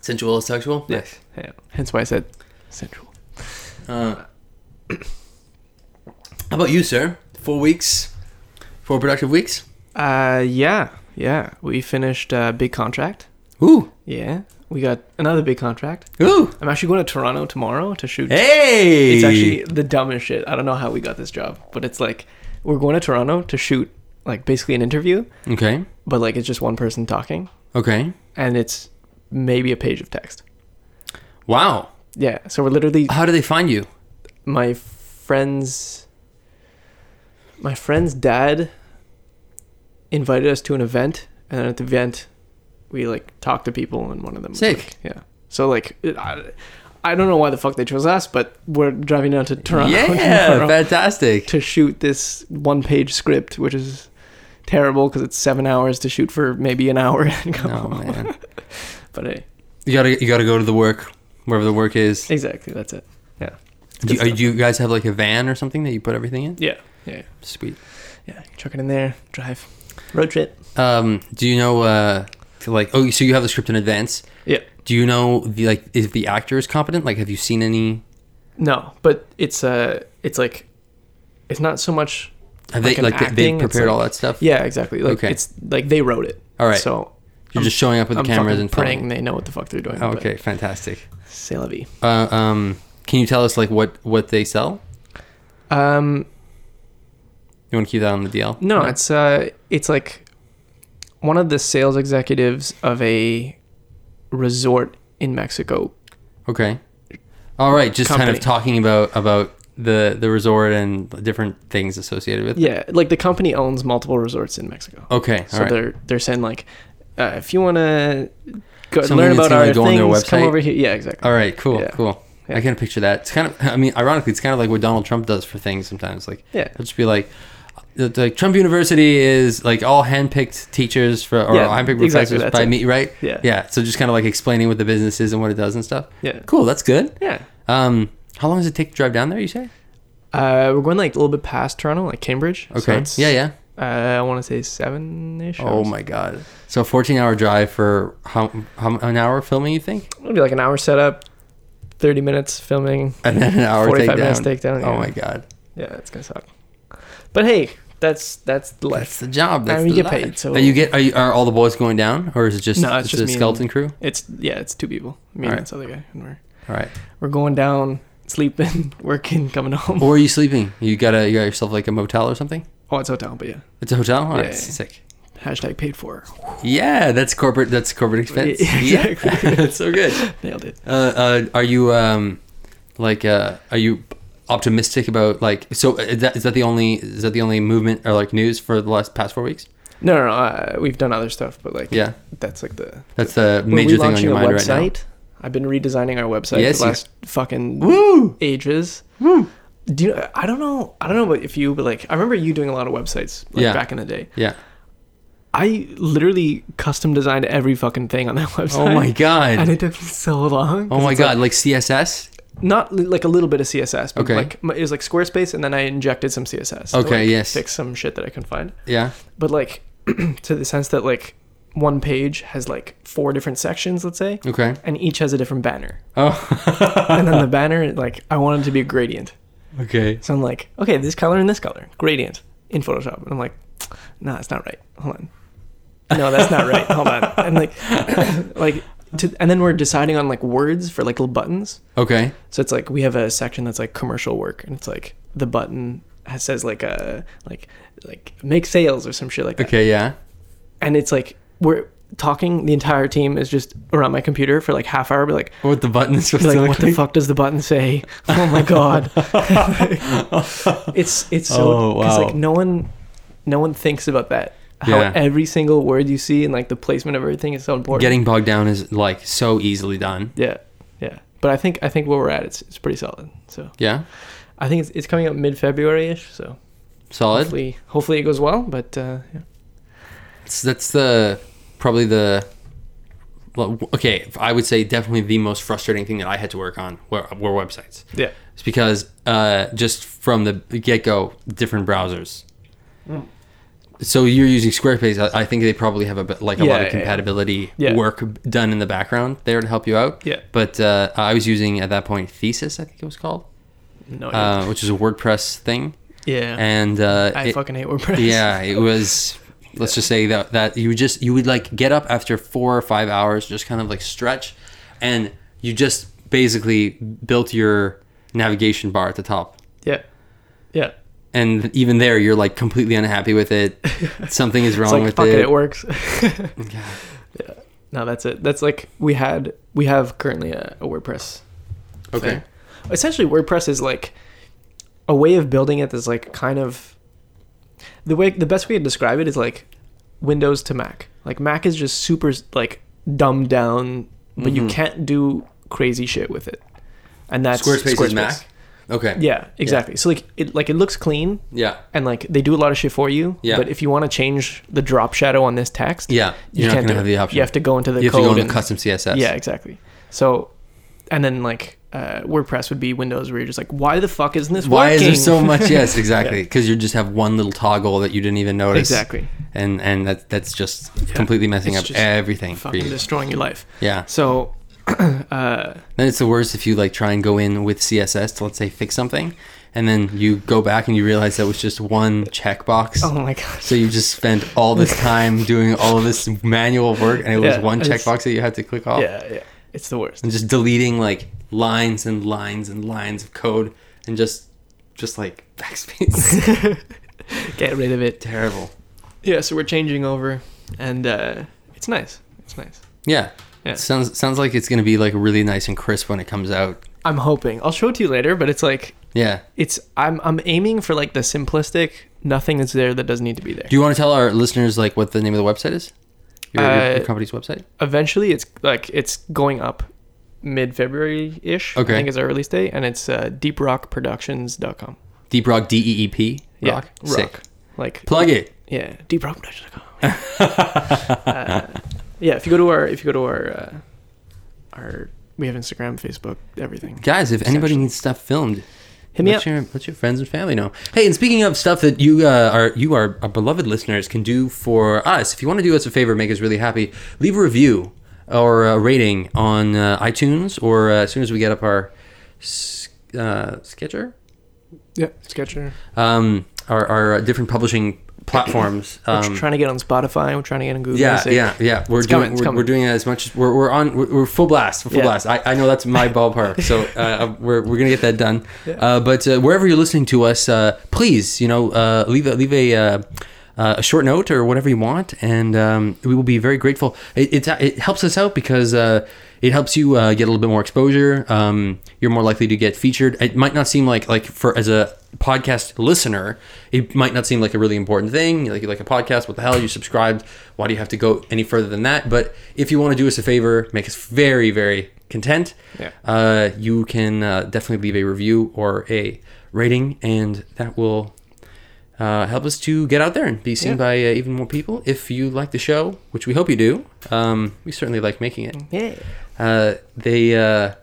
S1: Sensual is sexual. Yes.
S2: Yeah. Hence why I said sensual.
S1: Uh, [clears throat] how about you, sir? Four weeks, four productive weeks.
S2: Uh yeah. Yeah. We finished a big contract.
S1: Ooh,
S2: Yeah. We got another big contract.
S1: ooh.
S2: I'm actually going to Toronto tomorrow to shoot
S1: Hey.
S2: It's actually the dumbest shit. I don't know how we got this job, but it's like we're going to Toronto to shoot like basically an interview,
S1: okay.
S2: but like it's just one person talking
S1: Okay.
S2: and it's maybe a page of text.
S1: Wow.
S2: Yeah, so we're literally
S1: How do they find you?
S2: my friends my friend's dad invited us to an event and then at the event we like talked to people and one of them was
S1: Sick.
S2: like- yeah. So like it- I, I don't know why the fuck they chose us, but we're driving down to [laughs] Toronto.
S1: Yeah, [laughs]
S2: tomorrow.
S1: fantastic.
S2: to shoot this one page script, which is terrible because it's seven hours to shoot for maybe an hour and come
S1: Oh
S2: home.
S1: man,
S2: But hey,
S1: you gotta you gotta go to the work wherever the work is.
S2: exactly, that's it. Yeah.
S1: Do you,
S2: Good
S1: uh, do you guys have like a van or something that you put everything in?
S2: Yeah. Yeah.
S1: Sweet.
S2: Yeah. Chuck it in there, drive. Road trip.
S1: Um, do you know uh, like oh so you have the script in advance?
S2: Yeah.
S1: Do you know the like if the actor is competent? Like have you seen any?
S2: No, but it's uh it's like it's not so much
S1: Have
S2: Like
S1: they
S2: an
S1: like they,
S2: acting,
S1: have
S2: it's
S1: prepared
S2: like-
S1: all that stuff?
S2: Yeah, exactly. Like
S1: Okay.
S2: it's like they wrote it.
S1: All right.
S2: So
S1: You're just showing up with
S2: I'm
S1: the cameras
S2: fucking
S1: and
S2: praying
S1: filming.
S2: they know what the fuck they're doing.
S1: Oh,
S2: but
S1: okay, fantastic.
S2: C'est la vie.
S1: Uh, um, can you tell us like what what they sell?
S2: Um
S1: You want to keep that on the DL?
S2: No, it's uh, it's like one of the sales executives of a resort in Mexico.
S1: okay. All right, just kind
S2: Company.
S1: of talking about about the the resort and different things associated with.
S2: Yeah, like the company owns multiple resorts in Mexico,
S1: Okay, all right.
S2: so they're they're saying like, uh, if you want to go
S1: Something
S2: learn
S1: that's
S2: about
S1: gonna
S2: our
S1: go on
S2: things,
S1: their
S2: come
S1: website?
S2: over here. Yeah, exactly.
S1: All right, cool,
S2: Yeah.
S1: cool.
S2: Yeah.
S1: I can picture that. It's kind of, I mean, ironically, it's kind of like what Donald Trump does for things sometimes. Like,
S2: Yeah.
S1: it'll just be like, it's like Trump University is like all handpicked teachers for or
S2: Yeah,
S1: handpicked
S2: exactly,
S1: professors
S2: that's
S1: by
S2: it.
S1: me, right?
S2: Yeah.
S1: yeah. So just kind of like explaining what the business is and what it does and stuff.
S2: Yeah.
S1: cool. That's good.
S2: Yeah,
S1: Um, how long does it take to drive down there? You say?
S2: uh, we're going like a little bit past Toronto, like Cambridge. so
S1: Okay.
S2: it's,
S1: yeah, yeah.
S2: Uh, I want to say seven ish.
S1: Oh my god. So fourteen hour drive for how, how an hour of filming? You think?
S2: It'll be like an hour setup, thirty minutes filming.
S1: And then an hour
S2: 45
S1: take down.
S2: minutes takedown,
S1: Oh
S2: yeah.
S1: my god.
S2: Yeah, it's gonna suck. But hey, that's that's the life.
S1: That's the job. That's
S2: mean,
S1: the
S2: you
S1: life.
S2: get paid, so-
S1: Are you get are, you, are all the boys going down, or is it just
S2: No, it's
S1: it's
S2: just
S1: a
S2: me and-
S1: skeleton crew?
S2: It's yeah, it's two people. Me
S1: Alright.
S2: and this other guy, and we're
S1: All right.
S2: we're going down, sleeping, [laughs] working, coming home.
S1: Or are you sleeping? You got a you got yourself like a motel or something?
S2: Oh, it's hotel, but yeah,
S1: It's a hotel. All right,
S2: Yeah.
S1: sick.
S2: Hashtag paid for.
S1: Yeah, that's corporate. That's corporate expense.
S2: [laughs] Yeah,
S1: Yeah, [laughs]
S2: exactly.
S1: that's so good.
S2: Nailed it.
S1: Uh, uh, are you um, like uh, are you optimistic about like so uh, is that is that the only is that the only movement or like news for the last past four weeks?
S2: No, no, no. Uh, we've done other stuff, but like,
S1: Yeah.
S2: that's like the
S1: That's the
S2: We're
S1: major thing on
S2: relaunching
S1: your
S2: a
S1: mind right
S2: website. I've been redesigning our website
S1: Yes,
S2: for
S1: you-
S2: the last fucking
S1: now. Woo!
S2: ages.
S1: Woo!
S2: Do you, I don't know. I don't know about if you, but like, I remember you doing a lot of websites like,
S1: Yeah.
S2: back in the day. [laughs]
S1: Yeah.
S2: I literally custom designed every fucking thing on that [laughs] website.
S1: Oh my
S2: And
S1: god.
S2: it took me so long. 'cause
S1: Oh my
S2: it's, like,
S1: god. Like CSS.
S2: not li- like a little bit of CSS, but
S1: Okay.
S2: like m- it was like Squarespace, and then I injected some CSS. to,
S1: Okay,
S2: like,
S1: yes.
S2: Fix some shit that I can find,
S1: Yeah.
S2: but like [clears throat] to the sense that like one page has like four different sections, let's say,
S1: Okay.
S2: and each has a different banner,
S1: Oh. [laughs]
S2: and then the banner like I wanted to be a gradient,
S1: okay.
S2: so I'm like, okay, this color and this color, gradient in Photoshop, and I'm like, nah, that's not right. Hold on, no, that's not right. Hold on, and like, like, to, and then we're deciding on like words for like little buttons.
S1: [coughs] Okay.
S2: So it's like we have a section that's like commercial work, and it's like the button has, says like a like like make sales or some shit like that.
S1: Okay. Yeah.
S2: And it's like we're talking. The entire team is just around my computer for like half hour. Be like,
S1: What the button is supposed
S2: like
S1: to
S2: what
S1: look
S2: the fuck does the button say? [laughs] Oh
S1: [laughs]
S2: my god! [laughs] it's it's so
S1: Oh,
S2: because
S1: wow.
S2: like no one no one thinks about that. How
S1: Yeah.
S2: every single word you see and like the placement of everything is so important.
S1: [laughs] Getting bogged down is like so easily done.
S2: yeah, yeah. But I think I think where we're at, it's it's pretty solid. So.
S1: Yeah.
S2: I think it's, it's coming out mid February ish, so
S1: Solid.
S2: hopefully hopefully it goes well. But uh, yeah.
S1: That's, that's the probably the well, okay. I would say definitely the most frustrating thing that I had to work on were, were websites.
S2: yeah,
S1: It's because uh, just from the get go, different browsers.
S2: Mm.
S1: So you're using Squarespace. I, I think they probably have a bit, like a
S2: Yeah,
S1: lot
S2: yeah,
S1: of
S2: yeah.
S1: compatibility
S2: Yeah.
S1: work done in the background there to help you out.
S2: Yeah.
S1: But uh, I was using at that point Thesis, I think it was called,
S2: no,
S1: uh, which is a WordPress thing,
S2: yeah,
S1: and uh,
S2: I
S1: it-
S2: fucking hate WordPress.
S1: [laughs] yeah it was let's just say that that you just you would like get up after four or five hours just kind of like stretch and you just basically built your navigation bar at the top
S2: [laughs] yeah, yeah.
S1: and even there you're like completely unhappy with
S2: [laughs]
S1: it something is
S2: It's
S1: wrong
S2: like
S1: with
S2: fuck it,
S1: it, [laughs]
S2: it works. no, that's it. That's like we had we have currently a, a WordPress.
S1: okay
S2: thing. essentially WordPress is like a way of building it that's like kind of the way the best way to describe it is like Windows to Mac. Like Mac is just super like dumbed down, but
S1: Mm-hmm.
S2: you can't do crazy shit with it. And that's
S1: Squarespace, is mac okay
S2: Yeah, exactly. So like it like it looks clean
S1: yeah
S2: and like they do a lot of shit for you.
S1: Yeah.
S2: But if you want to change the drop shadow on this text,
S1: yeah
S2: you
S1: you're not
S2: can't
S1: gonna
S2: do
S1: have
S2: it.
S1: the option
S2: You have to go into the
S1: You have
S2: code
S1: to go into
S2: and-
S1: custom css
S2: yeah, exactly. So, and then like uh, WordPress would be Windows, where you're just like, why the fuck isn't this
S1: why
S2: working?
S1: is there so much yes exactly because you just have one little toggle that you didn't even notice
S2: exactly
S1: and and that that's just completely messing
S2: It's
S1: up
S2: just
S1: everything for
S2: [laughs] fucking
S1: you.
S2: destroying your life?
S1: Yeah.
S2: So, [clears throat] uh,
S1: Then it's the worst if you like try and go in with CSS to let's say fix something, and then you go back and you realize that was just one checkbox.
S2: oh my gosh,
S1: So you just spent all
S2: [laughs]
S1: this time doing all of this manual work, and it was
S2: Yeah,
S1: one
S2: it's-
S1: checkbox that you had to click off,
S2: yeah, yeah, it's the worst.
S1: and just deleting like lines and lines and lines of code, and just just like backspace.
S2: [laughs] Get rid
S1: [laughs]
S2: of it.
S1: Terrible.
S2: Yeah. So we're changing over, and uh, it's nice. It's nice.
S1: Yeah.
S2: Yeah.
S1: Sounds sounds like it's gonna be like really nice and crisp when it comes out.
S2: I'm hoping. I'll show it to you later, but it's like
S1: Yeah.
S2: it's. I'm I'm aiming for like the simplistic. Nothing is there that doesn't need to be there.
S1: Do you want to tell our listeners like what the name of the website is? Your, your- your
S2: Uh,
S1: company's website.
S2: eventually it's like it's going up mid February ish.
S1: Okay.
S2: I think is our release date, and it's uh, deeprockproductions.com.
S1: Deep Rock D E E P.
S2: Yeah,
S1: Rock.
S2: rock.
S1: Sick.
S2: Like
S1: Plug it.
S2: yeah, deeprockproductions.com. [laughs]
S1: [laughs]
S2: uh, yeah, if you go to our if you go to our uh, our we have Instagram, Facebook, everything.
S1: Guys, if anybody
S2: Essentially.
S1: needs stuff filmed,
S2: Hit me
S1: let
S2: up.
S1: Your, let your friends and family know. Hey, and speaking of stuff that you uh, are you are our beloved listeners can do for us, if you want to do us a favor, make us really happy, leave a review or a rating on uh, iTunes or uh, as soon as we get up our s- uh, Sketcher,
S2: Yeah, Sketcher.
S1: um, our, our uh, different publishing platforms.
S2: we're
S1: Um,
S2: trying to get on Spotify. We're trying to get on Google.
S1: Yeah,
S2: Music.
S1: yeah, yeah. We're doing
S2: It's coming, it's
S1: we're,
S2: coming.
S1: we're doing it as much as we're, we're on we're, we're full blast, we're full
S2: Yeah.
S1: blast. I, I know that's my ballpark, so uh, we're, we're gonna get that done. Uh, but uh, wherever you're listening to us, uh, please you know uh, leave a, leave a uh, uh, a short note or whatever you want, and um, we will be very grateful. It, it's, it helps us out because uh, it helps you uh, get a little bit more exposure. Um, you're more likely to get featured. It might not seem like like for as a podcast listener, it might not seem like a really important thing. Like you like a podcast, what the hell? You subscribed. Why do you have to go any further than that? But if you want to do us a favor, make us very very content.
S2: Yeah.
S1: Uh, you can uh, definitely leave a review or a rating, and that will uh, help us to get out there and be seen
S2: Yeah.
S1: by uh, even more people. If you like the show, which we hope you do, um, we certainly like making it.
S2: Yeah.
S1: Uh, they, uh,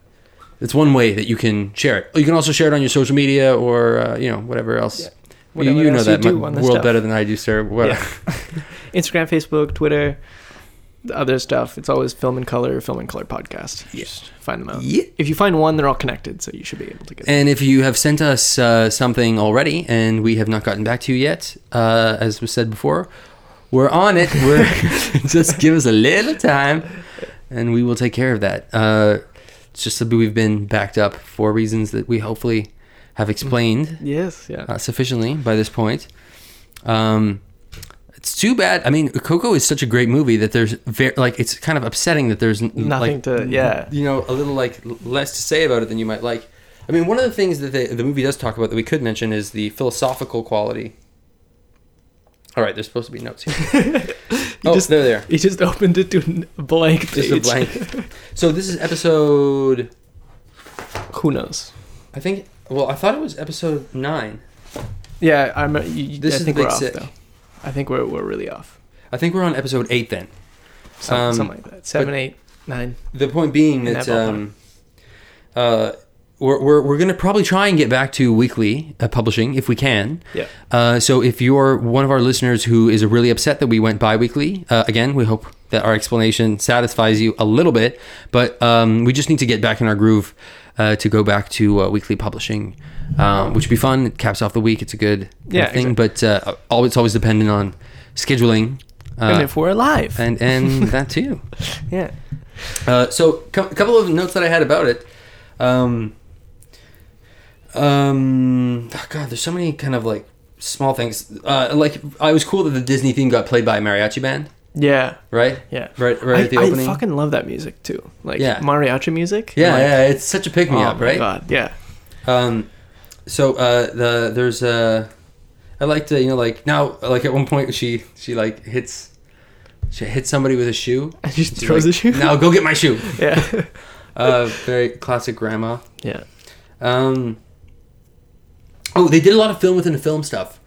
S1: it's one way that you can share it. You can also share it on your social media or uh, you know whatever else. You-
S2: Whatever
S1: you, know
S2: else you
S1: that
S2: do
S1: mu-
S2: on this
S1: world
S2: stuff.
S1: better than I do, sir. What-
S2: Yeah. Instagram, Facebook, Twitter, the other stuff. It's always Film in Color, Film in Color podcast.
S1: Yeah.
S2: Just find them out.
S1: Yeah.
S2: If you find one, they're all connected, so you should be able to get it.
S1: And if you have sent us uh, something already and we have not gotten back to you yet, uh, as was said before, we're on it. We're [laughs] just give us a little time, and we will take care of that. Uh, it's just that we've been backed up for reasons that we hopefully have explained
S2: Yes, yeah.
S1: uh, sufficiently by this point. Um, it's too bad. I mean, Coco is such a great movie that there's very like it's kind of upsetting that there's n-
S2: Nothing
S1: like,
S2: to- yeah.
S1: you know a little like l- less to say about it than you might like. I mean, one of the things that the, the movie does talk about that we could mention is the philosophical quality. All right, there's supposed to be notes here.
S2: [laughs]
S1: oh,
S2: just-
S1: there they
S2: [laughs]
S1: are.
S2: He just opened it to n- a blank page.
S1: Just a blank. So this is episode.
S2: [laughs] Who knows?
S1: I think. Well, I thought it was episode nine.
S2: Yeah, I'm. uh, You, you-
S1: This
S2: I
S1: is
S2: think
S1: Big
S2: we're off
S1: Sick.
S2: though. I think we're we're really off.
S1: I think we're on episode eight then.
S2: Some,
S1: Um,
S2: something like that. Seven, eight, nine.
S1: the point being
S2: In
S1: that
S2: that ballpark.
S1: um, uh, we're, we're, we're going to probably try and get back to weekly uh, publishing if we can.
S2: Yeah.
S1: Uh, so if you're one of our listeners who is really upset that we went bi-weekly, uh, again, we hope that our explanation satisfies you a little bit, but um, we just need to get back in our groove uh, to go back to uh, weekly publishing, um, which would be fun. It caps off the week. It's a good kind of
S2: Yeah,
S1: thing, but uh, all, it's always dependent on scheduling.
S2: and
S1: Uh,
S2: if we're alive,
S1: and,
S2: [laughs]
S1: and that too.
S2: yeah.
S1: Uh, so, a couple of notes that I had about it. Um, um, oh God, there's so many kind of like small things. Uh, like I was cool that the Disney theme got played by a mariachi band,
S2: Yeah.
S1: right?
S2: Yeah.
S1: Right, right
S2: I,
S1: at the
S2: I
S1: opening.
S2: fucking love that music too. Like
S1: Yeah.
S2: mariachi music.
S1: yeah,
S2: Like,
S1: yeah, it's such a pick me
S2: oh
S1: up,
S2: my
S1: right?
S2: God. Yeah. [laughs]
S1: Um, so uh, the there's uh, I like to you know like now like at one point she she like hits she hits somebody with a shoe.
S2: And she just
S1: She's
S2: throws
S1: like,
S2: a shoe.
S1: Now go get my shoe.
S2: [laughs] Yeah. [laughs]
S1: Uh, very classic grandma.
S2: yeah.
S1: Um, oh, they did a lot of film within the film stuff.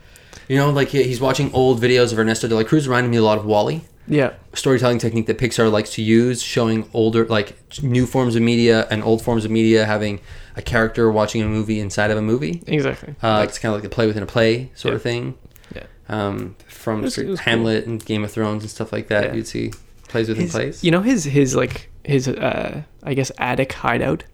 S1: You know, like he- he's watching old videos of Ernesto de la Cruz, reminding me a lot of Wally.
S2: Yeah.
S1: Storytelling technique that Pixar likes to use, showing older, like new forms of media and old forms of media, having a character watching a movie inside of a movie.
S2: Exactly.
S1: Uh, it's kind of like a play within a play sort of
S2: Yeah.
S1: thing.
S2: Yeah.
S1: Um, from
S2: It was- it was cool.
S1: Hamlet and Game of Thrones and stuff like that,
S2: Yeah.
S1: you'd see plays within
S2: His-
S1: plays.
S2: You know his his like his uh I guess attic hideout.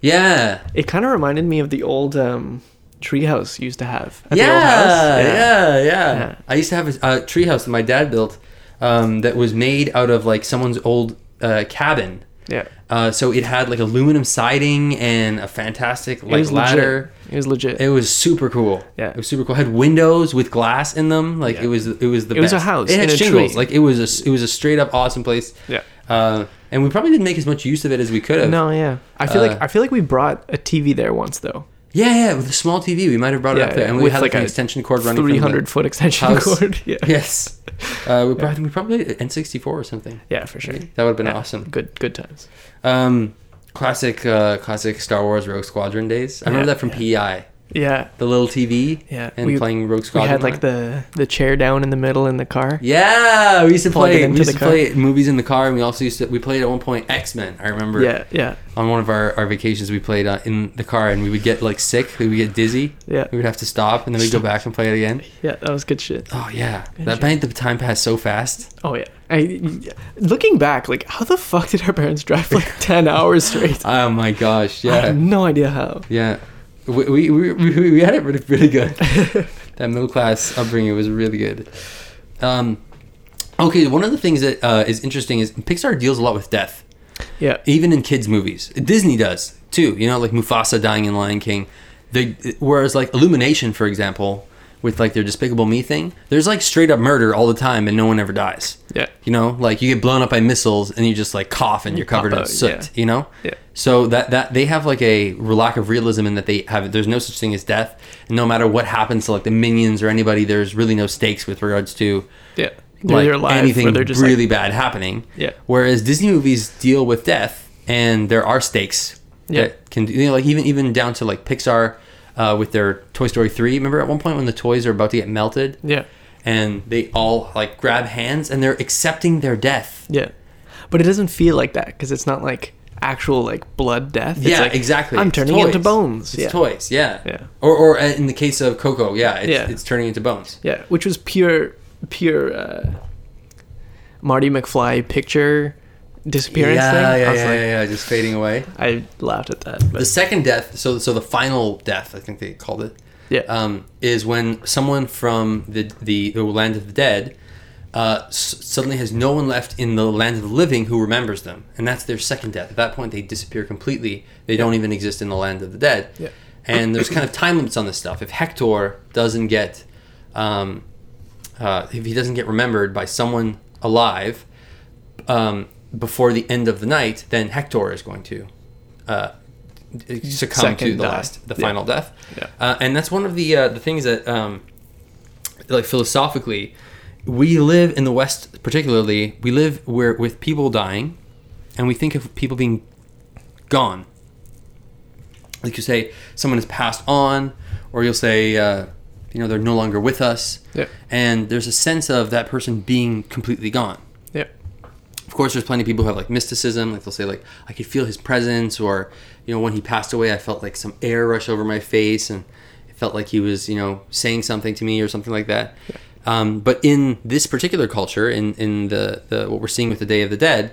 S1: yeah.
S2: It kind of reminded me of the old um treehouse you used to have. at the old
S1: yeah,
S2: house.
S1: yeah, yeah,
S2: Yeah.
S1: I used to have a, uh treehouse that my dad built um, that was made out of like someone's old uh, cabin.
S2: Yeah.
S1: Uh, so it had like aluminum siding and a fantastic
S2: it
S1: like
S2: was
S1: ladder.
S2: legit. It was legit.
S1: It was super cool.
S2: Yeah.
S1: it was super cool. It had windows with glass in them. Like it
S2: Yeah.
S1: was, it was the.
S2: It was
S1: best.
S2: a house
S1: It had
S2: in a
S1: shingles.
S2: tree.
S1: Like it was a, s- it was a straight up awesome place.
S2: Yeah.
S1: Uh, and we probably didn't make as much use of it as we could have.
S2: no, yeah. I feel
S1: Uh,
S2: like I feel like we brought a TV there once though.
S1: Yeah, yeah. With a small TV, we might have brought it
S2: Yeah,
S1: up there,
S2: yeah,
S1: and we
S2: with,
S1: had like,
S2: like,
S1: an
S2: a
S1: extension cord running. from the-
S2: Three hundred foot extension
S1: house.
S2: cord. [laughs] Yeah. yeah.
S1: Yes. Uh, we probably, we probably did N64 or something.
S2: for sure.
S1: That would have been
S2: Yeah.
S1: awesome.
S2: Good good times.
S1: Um, classic, uh, classic Star Wars Rogue Squadron days. I remember
S2: Yeah,
S1: that from PEI.
S2: Yeah.
S1: The little TV.
S2: Yeah,
S1: And
S2: we-
S1: playing Rogue
S2: We
S1: Squadron.
S2: had like
S1: on it.
S2: the the chair down in the middle in the car.
S1: Yeah, we used to
S2: Plug it
S1: play. We
S2: into
S1: used
S2: the
S1: to
S2: car.
S1: play movies in the car, and we also used to. We played at one point X Men. I remember.
S2: Yeah, yeah,
S1: On one of our, our vacations, we played uh, in the car, and we would get like sick. We would get dizzy.
S2: Yeah.
S1: We would have to stop, and then we'd go back and play it again.
S2: yeah. That was good shit.
S1: Oh yeah, that made the time pass so fast.
S2: Oh yeah. I, looking back, like how the fuck did our parents drive
S1: [laughs]
S2: like ten hours straight?
S1: Oh my gosh,
S2: I
S1: yeah.
S2: have no idea how.
S1: Yeah, we we, we, we we had it really, really good. that middle class upbringing was really good. Um, okay, one of the things that uh, is interesting is Pixar deals a lot with death,
S2: Yeah,
S1: even in kids' movies. Disney does too. You know, like Mufasa dying in Lion King. They, whereas like Illumination, for example, with like their Despicable Me thing. There's like straight up murder all the time, and no one ever dies.
S2: Yeah.
S1: You know, like you get blown up by missiles and you just like cough and you're covered
S2: pop
S1: in
S2: out,
S1: soot.
S2: yeah.
S1: You know.
S2: Yeah.
S1: So that that they have like a lack of realism in that they have there's no such thing as death. No matter what happens to like the minions or anybody, there's really no stakes with regards to
S2: Yeah.
S1: like
S2: They're alive, or
S1: anything
S2: they're just, like-
S1: really bad happening.
S2: Yeah.
S1: Whereas Disney movies deal with death, and there are stakes.
S2: Yeah.
S1: That can you know like even even down to like Pixar uh, with their Toy Story three. Remember at one point when the toys are about to get melted.
S2: Yeah.
S1: And they all like grab hands and they're accepting their death.
S2: Yeah. But it doesn't feel like that because it's not like actual like blood death. It's
S1: yeah,
S2: like,
S1: exactly.
S2: I'm
S1: It's
S2: turning
S1: toys.
S2: into bones.
S1: It's
S2: yeah.
S1: toys. Yeah.
S2: Yeah.
S1: Or or uh, in the case of Coco, yeah, it's,
S2: Yeah.
S1: it's turning into bones.
S2: Yeah, which was pure, pure uh, Marty McFly picture disappearance
S1: yeah,
S2: thing.
S1: yeah, yeah,
S2: I was
S1: yeah,
S2: like,
S1: yeah, just fading away.
S2: I laughed at that.
S1: The
S2: But
S1: second death, so so the final death, I think they called it,
S2: yeah,
S1: um, is when someone from the the, the land of the dead uh, s- suddenly has no one left in the land of the living who remembers them, and that's their second death. At that point, they disappear completely. They don't even exist in the land of the dead.
S2: Yeah.
S1: And there's kind of time limits on this stuff. If Hector doesn't get, um, uh, if he doesn't get remembered by someone alive um, before the end of the night, then Hector is going to uh, succumb to
S2: Second
S1: the
S2: die.
S1: last, the
S2: Yeah.
S1: final death.
S2: Yeah.
S1: Uh, and that's one of the uh, the things that, um, like philosophically, we live in the West, particularly. We live where with people dying, and we think of people being gone. Like you say, someone has passed on, or you'll say, uh, you know, they're no longer with us.
S2: Yeah.
S1: And there's a sense of that person being completely gone
S2: yeah,
S1: of course there's plenty of people who have like mysticism like they'll say like i could feel his presence or you know when he passed away i felt like some air rush over my face and it felt like he was you know saying something to me or something like that um, but in this particular culture in in the, the what we're seeing with the day of the dead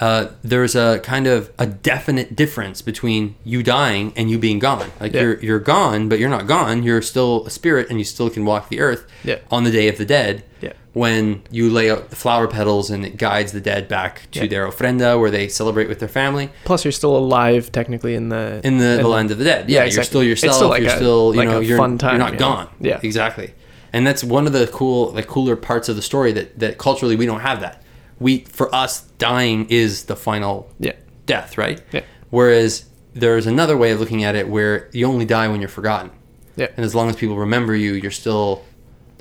S1: uh, there's a kind of a definite difference between you dying and you being gone. Like
S2: Yeah.
S1: you're you're gone, but you're not gone. You're still a spirit, and you still can walk the earth
S2: Yeah.
S1: on the day of the dead
S2: Yeah.
S1: when you lay out the flower petals and it guides the dead back to
S2: Yeah.
S1: their ofrenda where they celebrate with their family
S2: Plus, you're still alive technically in the
S1: in the, the land of the dead.
S2: yeah,
S1: Yeah,
S2: exactly.
S1: you're
S2: It's
S1: still
S2: still
S1: yourself.
S2: like
S1: you're
S2: a-
S1: still you
S2: like
S1: know
S2: a
S1: you're,
S2: fun time,
S1: you're not
S2: yeah.
S1: gone.
S2: Yeah.
S1: exactly. And that's one of the cool like cooler parts of the story that that culturally we don't have that. We for us dying is the final
S2: Yeah,
S1: death, right?
S2: Yeah.
S1: Whereas there's another way of looking at it where you only die when you're forgotten.
S2: yeah,
S1: And as long as people remember you, you're still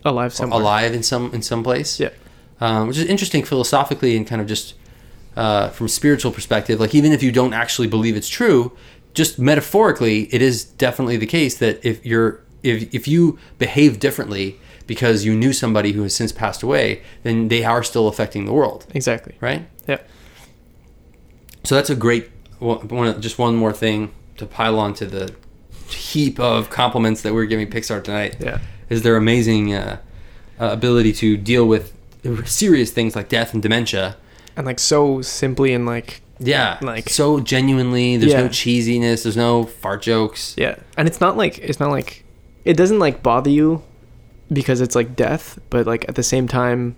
S2: alive somewhere.
S1: alive in some in some place
S2: Yeah,
S1: um, which is interesting philosophically and kind of just uh, from a spiritual perspective. Like even if you don't actually believe it's true, just metaphorically, it is definitely the case that if you're if if you behave differently because you knew somebody who has since passed away, then they are still affecting the world,
S2: exactly.
S1: right?
S2: Yeah,
S1: So that's a great one. one- Just one more thing to pile on to the heap of compliments that we're giving Pixar tonight
S2: yeah,
S1: is their amazing uh, uh, ability to deal with serious things like death and dementia.
S2: and like so simply and like
S1: Yeah,
S2: Like-
S1: like so genuinely. There's
S2: Yeah.
S1: no cheesiness. There's no fart jokes.
S2: yeah, and it's not like it's not like it doesn't like bother you because it's like death, but like at the same time,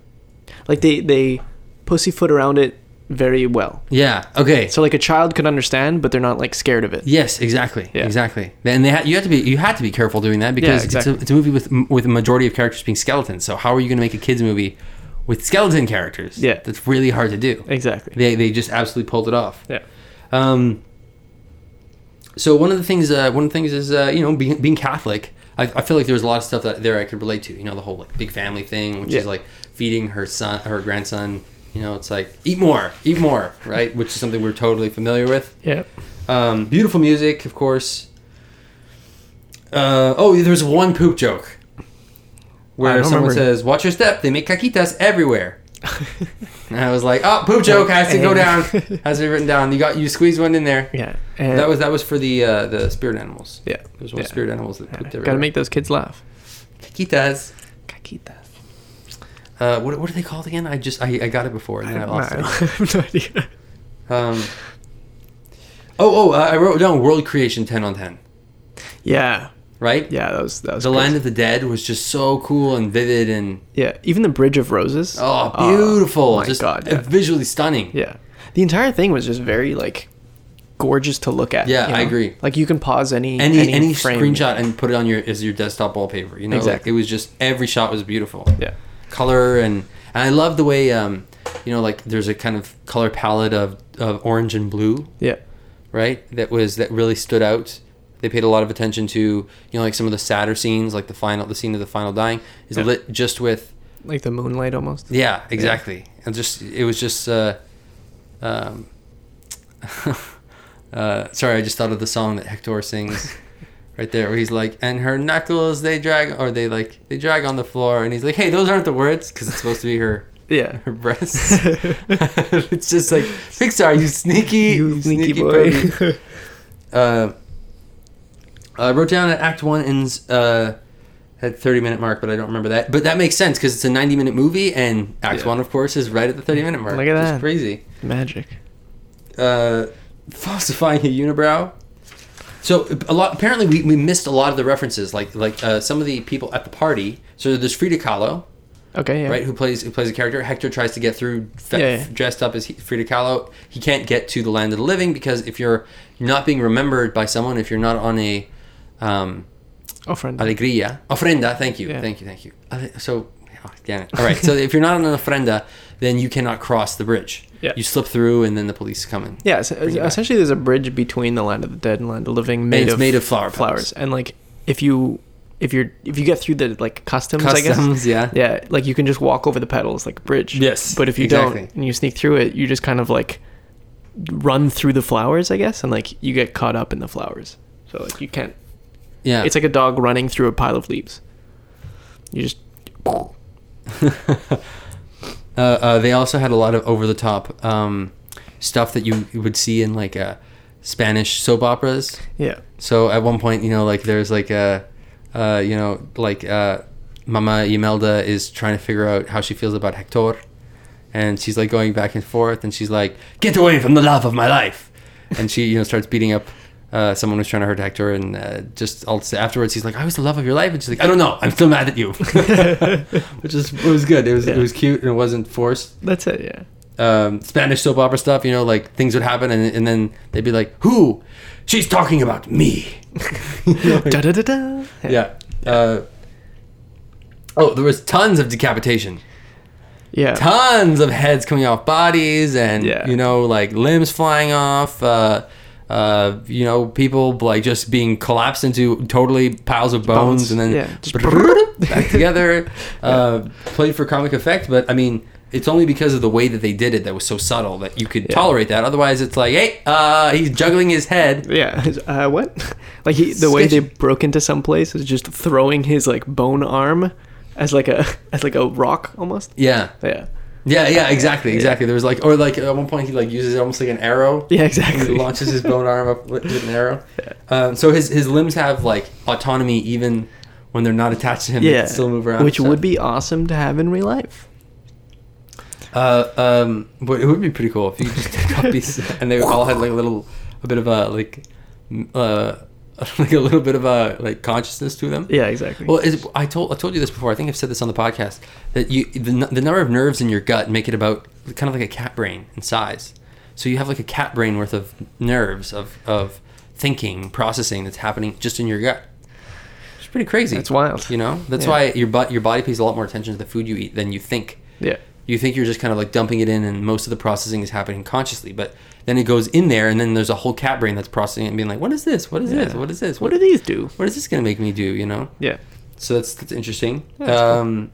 S2: like they they pussyfoot around it very well.
S1: Yeah. Okay.
S2: So like a child could understand, but they're not like scared of it.
S1: yes. Exactly.
S2: Yeah.
S1: Exactly. And they ha- you have to be you had to be careful doing that because
S2: exactly.
S1: it's, a, it's a movie with with a majority of characters being skeletons. So how are you going to make a kids movie with skeleton characters?
S2: Yeah.
S1: That's really hard to do.
S2: Exactly.
S1: They they just absolutely pulled it off.
S2: Yeah.
S1: Um, so one of the things, uh, one of the things is, uh, you know, being, being Catholic, I, I feel like there's a lot of stuff that there I could relate to. You know, the whole like big family thing, which is
S2: Yeah.
S1: like feeding her son, her grandson. You know, it's like eat more, eat more, right? Which is something we're totally familiar with.
S2: Yeah.
S1: Um, beautiful music, of course. Uh, oh, there's one poop joke
S2: I
S1: where
S2: don't
S1: someone
S2: remember.
S1: says, "Watch your step." They make caquitas everywhere. and I was like, "Oh, poop joke has to go down.
S2: [laughs]
S1: Has to be written down. You got you squeezed one in there."
S2: Yeah. And
S1: That was that was for the uh, the spirit animals.
S2: yeah.
S1: There's one
S2: Yeah.
S1: spirit animals that pooped everywhere.
S2: [laughs] Gotta make those kids laugh.
S1: caquitas.
S2: Caquitas.
S1: Uh, what, what are they called again? I just I, I got it before and
S2: I
S1: then I,
S2: don't know.
S1: lost
S2: [laughs] I
S1: it.
S2: have no idea.
S1: Um, oh oh, uh, I wrote down world creation ten on ten.
S2: Yeah.
S1: Right.
S2: Yeah. That was that was
S1: The
S2: crazy.
S1: land of the dead was just so cool and vivid and
S2: Yeah. Even the Bridge of Roses.
S1: oh beautiful,
S2: my
S1: just
S2: God.
S1: uh,
S2: Yeah.
S1: visually stunning.
S2: yeah. The entire thing was just very like gorgeous to look at.
S1: Yeah,
S2: you
S1: I
S2: know?
S1: agree.
S2: Like you can pause any
S1: any any,
S2: frame.
S1: screenshot and put it on your as your desktop wallpaper. You know, Like,
S2: Exactly.
S1: it was just every shot was beautiful.
S2: Yeah.
S1: color and and I love the way um you know like there's a kind of color palette of of orange and blue
S2: Yeah.
S1: right that was that really stood out. They paid a lot of attention to you know like some of the sadder scenes like the final the scene of the final dying is
S2: Yeah.
S1: lit just with
S2: Like the moonlight almost.
S1: yeah exactly and just it was just uh um [laughs] uh sorry I just thought of the song that Hector sings. right there where he's like and her knuckles they drag or they like they drag on the floor and he's like hey those aren't the words because it's supposed to be her
S2: Yeah.
S1: her breasts [laughs] it's just like pixar you sneaky
S2: You sneaky
S1: pervert.
S2: boy.
S1: uh, i wrote down that act one ends uh at 30 minute mark but i don't remember that but that makes sense because it's a 90 minute movie and act
S2: Yeah.
S1: one of course is right at the 30 minute mark
S2: Look at
S1: It's
S2: that.
S1: crazy
S2: [laughs] Magic.
S1: uh falsifying a unibrow so a lot. Apparently, we, we missed a lot of the references, like like uh, some of the people at the party. So there's Frida Kahlo,
S2: Okay. Yeah.
S1: right? Who plays who plays a character? Hector tries to get through fe-
S2: Yeah, yeah.
S1: dressed up as he, Frida Kahlo. He can't get to the land of the living because if you're not being remembered by someone, if you're not on a um,
S2: Oh, friend.
S1: alegría ofrenda, thank you,
S2: Yeah.
S1: thank you, thank you. Ale- So oh, damn it. All right. so if you're not on an ofrenda, then you cannot cross the bridge.
S2: Yeah.
S1: You slip through, and then the police come in.
S2: Yeah, es-
S1: it back.
S2: essentially, there's a bridge between the land of the dead and land of the living, made
S1: it's
S2: of
S1: made of flower petals.
S2: flowers. And like, if you if you're if you get through the like customs, I guess,
S1: Customs, yeah.
S2: yeah, like you can just walk over the petals like a bridge.
S1: Yes,
S2: but if you
S1: exactly.
S2: don't and you sneak through it, you just kind of like run through the flowers, I guess, and like you get caught up in the flowers. So like you can't.
S1: Yeah.
S2: It's like a dog running through a pile of leaves. You just
S1: [laughs] uh, uh, they also had a lot of over the top um, stuff that you you would see in like uh, Spanish soap operas.
S2: yeah
S1: So at one point, you know, like there's like a, uh, you know, like uh, Mama Imelda is trying to figure out how she feels about Hector, and she's like going back and forth, and she's like, "Get away from the love of my life," and she, you know, starts beating up. Uh, someone who's trying to hurt Hector, and uh, just all afterwards, he's like, "I was the love of your life," and she's like, "I don't know, I'm still mad at you," [laughs] which is it was good. It was it
S2: Yeah.
S1: was cute and it wasn't forced
S2: that's it yeah
S1: um, Spanish soap opera stuff, you know, like things would happen, and, and then they'd be like, "Who? She's talking about me."
S2: da da da da
S1: yeah. Uh, oh, there was tons of decapitation, [laughs]
S2: yeah
S1: tons of heads coming off bodies, and
S2: Yeah.
S1: you know, like limbs flying off. Uh, uh, you know, people like just being collapsed into totally piles of bones,
S2: Bones,
S1: and then
S2: yeah. Just
S1: [laughs] back
S2: [laughs]
S1: together. Uh, Played for comic effect, but I mean. It's only because of the way that they did it that was so subtle that you could tolerate that. Otherwise, it's like, hey, uh, he's juggling his head.
S2: Yeah. [laughs] Uh, what? Like he, the way they broke into some place is just throwing his like bone arm as like a [laughs] as like a rock almost.
S1: Yeah,
S2: Yeah.
S1: Yeah, yeah, exactly, exactly. There was like, or like at one point he like uses it almost like an arrow.
S2: Yeah.
S1: He
S2: Exactly.
S1: launches his bone arm up with with an
S2: [laughs]
S1: arrow. Um, so his his limbs have like autonomy even when they're not attached to him. They
S2: yeah.
S1: can still move around.
S2: which would be awesome to have in real life.
S1: Uh, um, but it would be pretty cool if you just take off
S2: [laughs]
S1: pieces and they all had like a little, a bit of a like, m- uh, [laughs] like a little bit of a like consciousness to them.
S2: Yeah. Exactly.
S1: Well, is, I told I told you this before. I think I've said this on the podcast that you the, nu- the number of nerves in your gut make it about kind of like a cat brain in size. So you have like a cat brain worth of nerves of of thinking, processing that's happening just in your gut. It's pretty crazy.
S2: That's wild.
S1: You know, that's
S2: Yeah.
S1: why your butt your body pays a lot more attention to the food you eat than you think.
S2: yeah.
S1: You think you're just kind of like dumping it in, and most of the processing is happening consciously, but then it goes in there, and then there's a whole cat brain that's processing it and being like, "What is this? What is this?
S2: Yeah.
S1: What is this?
S2: What do these do?
S1: What is this going to make me do?" You know.
S2: Yeah.
S1: So that's that's interesting.
S2: that's cool.
S1: um,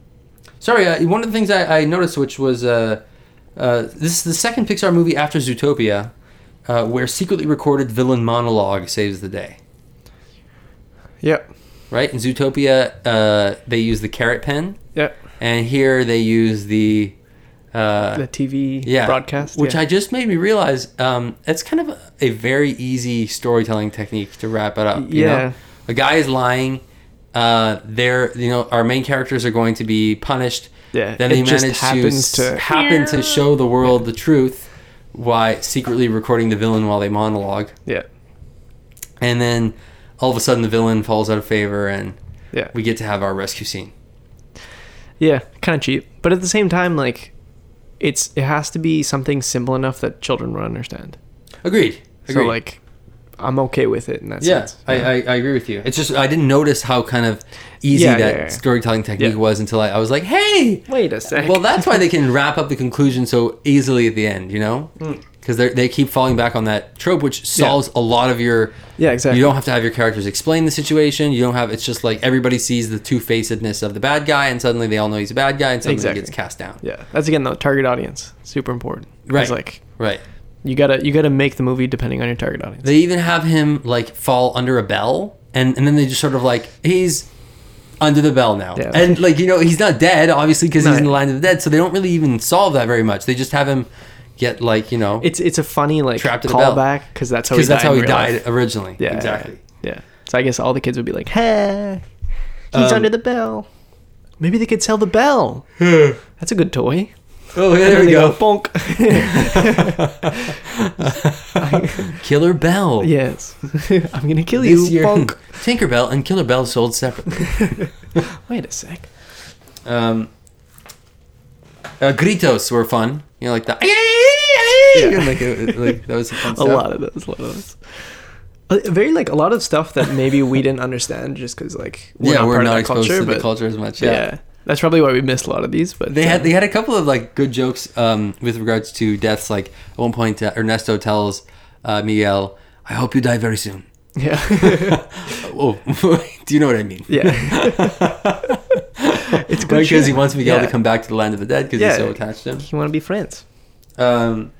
S1: Sorry, uh, one of the things I, I noticed, which was uh, uh, this is the second Pixar movie after Zootopia, uh, where secretly recorded villain monologue saves the day.
S2: Yep.
S1: Right in Zootopia, uh, they use the carrot pen,
S2: Yep.
S1: and here they use the uh,
S2: The TV
S1: yeah
S2: broadcast.
S1: which
S2: yeah.
S1: I just made me realize um, it's kind of a, a very easy storytelling technique to wrap it up. You
S2: Yeah.
S1: know? a guy is lying. Uh, they're you know our main characters are going to be punished.
S2: Yeah,
S1: then
S2: it
S1: they
S2: just
S1: manage to,
S2: happens
S1: s-
S2: to-
S1: happen to show the world the truth why secretly recording the villain while they monologue,
S2: Yeah.
S1: and then all of a sudden the villain falls out of favor and
S2: Yeah.
S1: we get to have our rescue scene.
S2: Yeah, kind of cheap, but at the same time, like, it's it has to be something simple enough that children will understand.
S1: Agreed. Agreed.
S2: So like, I'm okay with it in that
S1: Yeah,
S2: sense.
S1: I, I, I agree with you. It's just I didn't notice how kind of easy
S2: Yeah,
S1: that
S2: yeah, yeah.
S1: storytelling technique
S2: Yeah.
S1: was until I, I was like, hey,
S2: Wait a sec.
S1: well, that's why they can wrap up the conclusion so easily at the end, you know?
S2: Hmm.
S1: Because they they keep falling back on that trope, which solves a lot of your.
S2: Yeah, exactly.
S1: You don't have to have your characters explain the situation. You don't have. It's just like everybody sees the two facedness of the bad guy, and suddenly they all know he's a bad guy, and suddenly
S2: Exactly.
S1: he gets cast down.
S2: yeah, that's again the target audience. Super important.
S1: Right.
S2: It's like
S1: Right.
S2: you gotta you gotta make the movie depending on your target audience.
S1: They even have him like fall under a bell, and and then they just sort of like he's under the bell now,
S2: Yeah.
S1: and like you know he's not dead obviously because he's
S2: No.
S1: in the line of the dead, so they don't really even solve that very much. They just have him get like you know
S2: It's it's a funny like
S1: Trapped in a bell.
S2: callback because that's how he
S1: because that's
S2: died
S1: how
S2: in
S1: he
S2: real
S1: died
S2: life.
S1: originally.
S2: Yeah,
S1: exactly.
S2: Yeah. So I guess all the kids would be like, "Hey, he's
S1: Um,
S2: under the bell." Maybe they could sell
S1: [sighs]
S2: the bell. That's a good toy.
S1: Oh,
S2: And
S1: there
S2: then
S1: we
S2: they
S1: go. [laughs]
S2: [laughs] Bonk.
S1: Killer Bell.
S2: yes. [laughs] I'm gonna kill
S1: This
S2: you.
S1: year, [laughs]
S2: Bonk.
S1: Tinkerbell and Killer Bell sold separately.
S2: Wait a sec.
S1: Um, uh, gritos were fun. You know, like the.
S2: Yeah.
S1: Like, it- like, that was some fun
S2: [laughs] A
S1: stuff.
S2: lot of those. A lot of those. Uh, Very like a lot of stuff that maybe we didn't understand just because like
S1: yeah, we're
S2: part of
S1: not
S2: that
S1: exposed to the
S2: but-
S1: culture as much.
S2: Yeah.
S1: yeah.
S2: that's probably why we missed a lot of these. But
S1: They
S2: uh,
S1: had they had a couple of like good jokes um, with regards to deaths. Like at one point, uh, Ernesto tells uh, Miguel, "I hope you die very
S2: [laughs]
S1: soon." [laughs]
S2: yeah,
S1: oh, [laughs] do you know what I mean? [laughs]
S2: yeah.
S1: it's
S2: good
S1: because he
S2: shit.
S1: wants Miguel
S2: Yeah.
S1: to come back to the land of the dead because
S2: Yeah.
S1: he's so attached to him.
S2: you want to be friends?
S1: Um,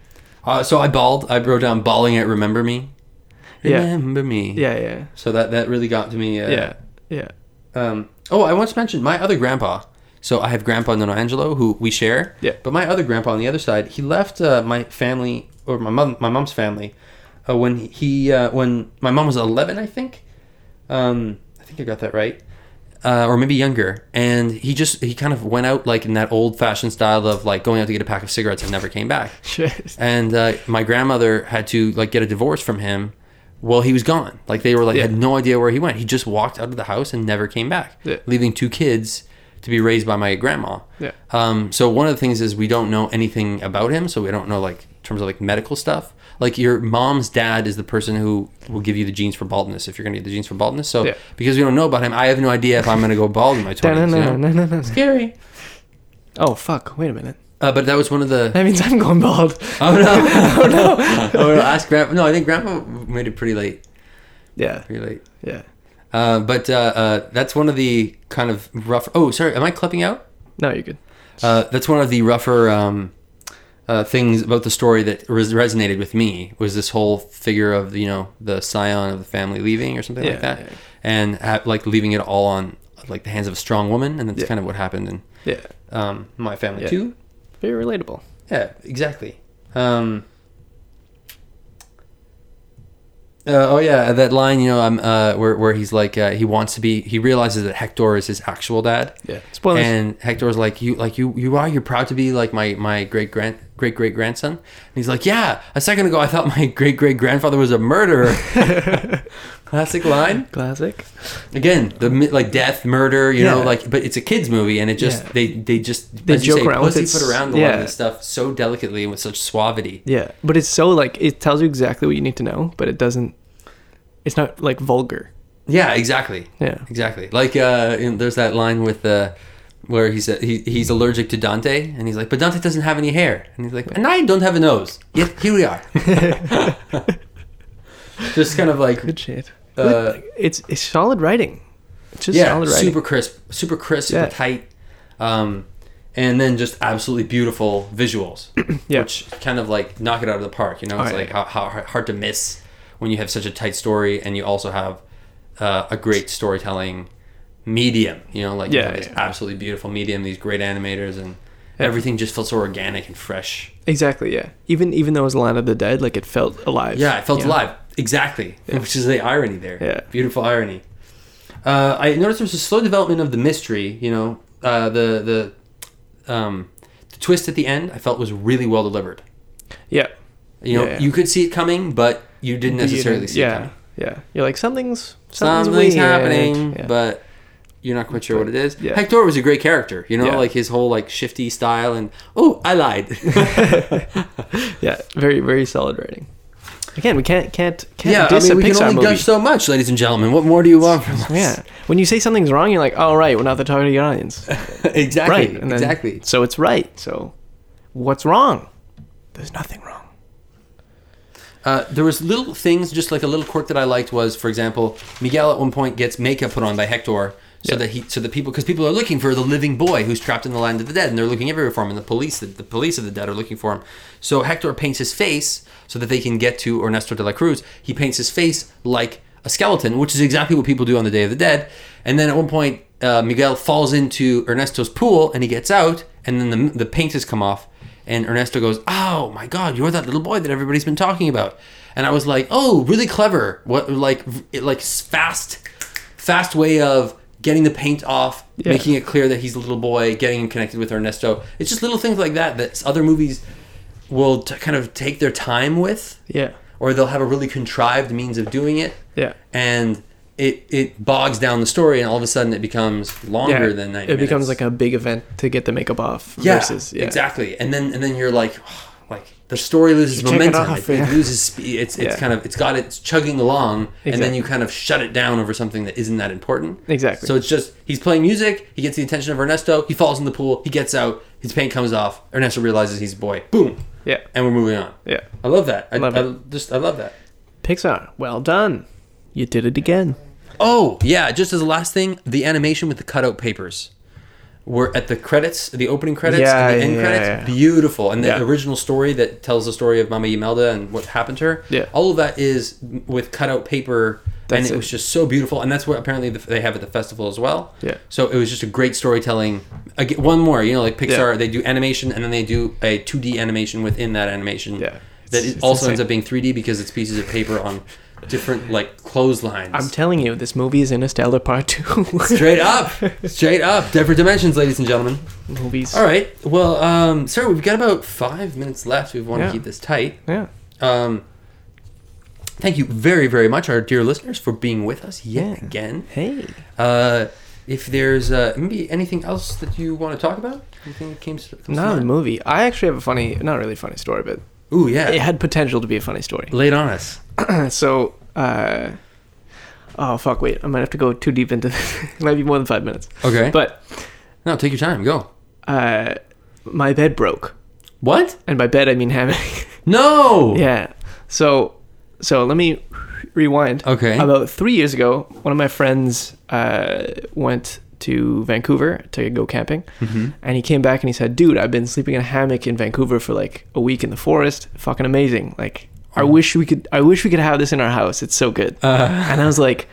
S1: uh, so I bawled. I wrote down bawling at "Remember Me."
S2: Yeah.
S1: Remember me.
S2: Yeah, yeah,
S1: So that that really got to me. Uh,
S2: yeah, yeah. [laughs]
S1: Um, oh, I once mentioned my other grandpa. So I have grandpa Nono Angelo, who we share.
S2: Yeah.
S1: But my other grandpa on the other side, he left uh, my family or my mom, my mom's family, uh, when he uh, when my mom was eleven, I think. Um, I think I got that right, uh, or maybe younger. And he just he kind of went out like in that old fashioned style of like going out to get a pack of cigarettes and never came back.
S2: Shit.
S1: And uh, my grandmother had to like get a divorce from him while he was gone. Like they were like had no idea where he went. He just walked out of the house and never came back,
S2: Yeah.
S1: leaving two kids to be raised by my grandma.
S2: Yeah.
S1: Um, so one of the things is we don't know anything about him, so we don't know like in terms of like medical stuff. Like your mom's dad is the person who will give you the genes for baldness if you're gonna get the genes for baldness. So
S2: Yeah.
S1: because we don't know about him, I have no idea if I'm gonna go bald in my
S2: [laughs]
S1: twenties. You know?
S2: Da-na-na-na-na-na.
S1: Scary.
S2: Oh fuck! Wait a minute.
S1: Uh, but that was one of the
S2: That means I'm going bald.
S1: [laughs] Oh
S2: [laughs]
S1: no! oh no! [laughs] oh no! Ask Grandpa. No, I think Grandpa made it pretty late.
S2: Yeah,
S1: Pretty late.
S2: yeah.
S1: Uh, but uh, uh, that's one of the kind of rough. Oh, sorry. Am I clipping out?
S2: No, you're good.
S1: Uh, that's one of the rougher um, uh, things about the story that res- resonated with me was this whole figure of you know the scion of the family leaving or something
S2: Yeah,
S1: like that,
S2: yeah.
S1: and ha- like leaving it all on like the hands of a strong woman, and that's
S2: Yeah.
S1: kind of what happened in
S2: Yeah,
S1: um, my family
S2: Yeah.
S1: too.
S2: very relatable.
S1: Yeah, exactly. Um, uh, oh yeah, that line, you know, um, uh, where where he's like, uh, he wants to be, he realizes that Hector is his actual dad.
S2: Yeah. Spoilers.
S1: And Hector's like, you like you you are, you're proud to be like my my great grand great great grandson. And he's like, yeah. A second ago, I thought my great great grandfather was a murderer. Classic line.
S2: Classic.
S1: Again, the mi- like death, murder, you know,
S2: Yeah.
S1: like, but it's a kids movie, and it just
S2: Yeah.
S1: they they just
S2: They
S1: as you
S2: joke
S1: say,
S2: around with it.
S1: pussyfoot around a lot of
S2: Yeah.
S1: this stuff so delicately and with such suavity.
S2: Yeah, but it's so like it tells you exactly what you need to know, but it doesn't. It's not like vulgar.
S1: Yeah, exactly.
S2: Yeah.
S1: exactly. Like uh, in, there's that line with uh, where he's he, he's allergic to Dante, and he's like, but Dante doesn't have any hair, and he's like, and I don't have a nose. Yet here
S2: [laughs]
S1: we are. just kind of like
S2: Good shit.
S1: Uh,
S2: it's it's solid writing. It's just
S1: yeah,
S2: solid writing.
S1: super crisp, super crisp,
S2: Yeah.
S1: super tight, um, and then just absolutely beautiful visuals,
S2: Yeah.
S1: which kind of like knock it out of the park. You know, it's
S2: Oh, yeah.
S1: like how, how how hard to miss when you have such a tight story and you also have uh, a great storytelling medium. You know, like you
S2: Yeah,
S1: have this
S2: yeah.
S1: absolutely beautiful medium, these great animators, and everything just felt so organic and fresh.
S2: Exactly. Yeah. Even even though it was Land of the Dead, like it felt alive.
S1: Yeah, it felt
S2: you know?
S1: alive. Exactly, which is the irony there.
S2: Yeah.
S1: beautiful irony. Uh, I noticed there was a slow development of the mystery. You know, uh, the the um, the twist at the end I felt was really well delivered.
S2: Yeah.
S1: You know,
S2: Yeah, yeah.
S1: you could see it coming, but you didn't necessarily
S2: You-
S1: see it
S2: Yeah.
S1: coming.
S2: Yeah. You're like something's something's,
S1: Something's
S2: weird."
S1: happening,
S2: Yeah.
S1: but you're not quite sure what it is.
S2: Yeah.
S1: Hector was a great character. You know,
S2: Yeah.
S1: like his whole like shifty
S2: [laughs]
S1: style and oh, I lied. [laughs]
S2: yeah, very very solid writing. Again, we can't can't can't
S1: yeah, I
S2: diss
S1: mean, we
S2: a Pixar
S1: can only
S2: movie.
S1: gush so much, ladies and gentlemen. What more do you want from us? [laughs]
S2: yeah, when you say something's wrong, you're like, "Oh right, we're not the target audience."
S1: exactly.
S2: right, and then-
S1: exactly.
S2: So it's right. So, what's wrong? There's nothing wrong.
S1: Uh, there was little things, just like a little quirk that I liked was, for example, Miguel at one point gets makeup put on by Hector, so that he, so that people, because people are looking for the living boy who's trapped in the land of the dead, and they're looking everywhere for him, and the police, the, the police of the dead are looking for him. So Hector paints his face so that they can get to Ernesto de la Cruz. He paints his face like a skeleton, which is exactly what people do on the Day of the Dead. And then at one point, uh, Miguel falls into Ernesto's pool, and he gets out, and then the the paint has come off, and Ernesto goes, "Oh my God, you're that little boy that everybody's been talking about." And I was like, "Oh, really clever! What like v- it, like s- fast, fast way of getting the paint off,
S2: Yeah.
S1: making it clear that he's a little boy, getting him connected with Ernesto. It's just little things like that that s- other movies will t- kind of take their time with,
S2: Yeah.
S1: or they'll have a really contrived means of doing it,
S2: Yeah.
S1: and it it bogs down the story, and all of a sudden it becomes longer
S2: yeah.
S1: than
S2: it
S1: ninety.
S2: becomes
S1: minutes
S2: like a big event to get the makeup off.
S1: yeah,
S2: versus, yeah.
S1: exactly and then and then you're like like the story loses
S2: check it
S1: momentum
S2: off,
S1: it, it
S2: yeah.
S1: loses speed it's it's
S2: Yeah.
S1: kind of it's got it's chugging along and then
S2: Exactly.
S1: you kind of shut it down over something that isn't that important
S2: Exactly.
S1: so it's just he's playing music he gets the attention of ernesto he falls in the pool he gets out his paint comes off ernesto realizes he's a boy boom
S2: Yeah.
S1: and we're moving on
S2: Yeah.
S1: i love that i,
S2: Love
S1: I
S2: it.
S1: just i love that
S2: Pixar, well done. You did it again.
S1: Oh yeah, just as a last thing, the animation with the cutout papers. Were at the credits, the opening credits,
S2: Yeah,
S1: and the end
S2: yeah,
S1: credits,
S2: yeah.
S1: beautiful. And the
S2: Yeah.
S1: original story that tells the story of Mama Imelda and what happened to her.
S2: Yeah.
S1: all of that is with cutout paper,
S2: That's
S1: and it,
S2: it.
S1: was just so beautiful. And that's what apparently the, they have at the festival as well.
S2: Yeah.
S1: So it was just a great storytelling. Again, one more, you know, like Pixar,
S2: Yeah.
S1: they do animation and then they do a 2D animation within that animation.
S2: Yeah.
S1: that
S2: It's-
S1: it
S2: it's
S1: also ends
S2: insane.
S1: up being 3D because it's pieces of paper on different like clotheslines.
S2: I'm telling you, this movie is Interstellar Part 2.
S1: Straight up, straight up, different dimensions, ladies and gentlemen.
S2: [laughs] Movies.
S1: All right, well, um, sir, we've got about five minutes left. We want
S2: Yeah.
S1: to keep this tight.
S2: Yeah.
S1: Um, thank you very, very much, our dear listeners, for being with us yet
S2: Yeah.
S1: again.
S2: Hey.
S1: Uh, if there's uh, maybe anything else that you want to talk about, anything that came to, comes
S2: Not a
S1: to mind?
S2: movie. I actually have a funny, not really funny story, but
S1: Ooh, yeah,
S2: it had potential to be a funny story. [clears throat]
S1: late on us.
S2: so, uh, oh, fuck, wait. I might have to go too deep into this. [laughs] it might be more than five minutes.
S1: Okay, but
S2: But
S1: no, take your time. Go.
S2: uh, my bed broke.
S1: What?
S2: And by bed, I mean [laughs] hammock.
S1: No.
S2: yeah. So, so let me rewind.
S1: Okay.
S2: About three years ago, one of my friends uh, went to Vancouver to go camping, and he came back and he said, "Dude, I've been sleeping in a hammock in Vancouver for like a week in the forest. Fucking amazing! Like, I wish we could. I wish we could have this in our house. It's so good."
S1: Uh.
S2: and I was like,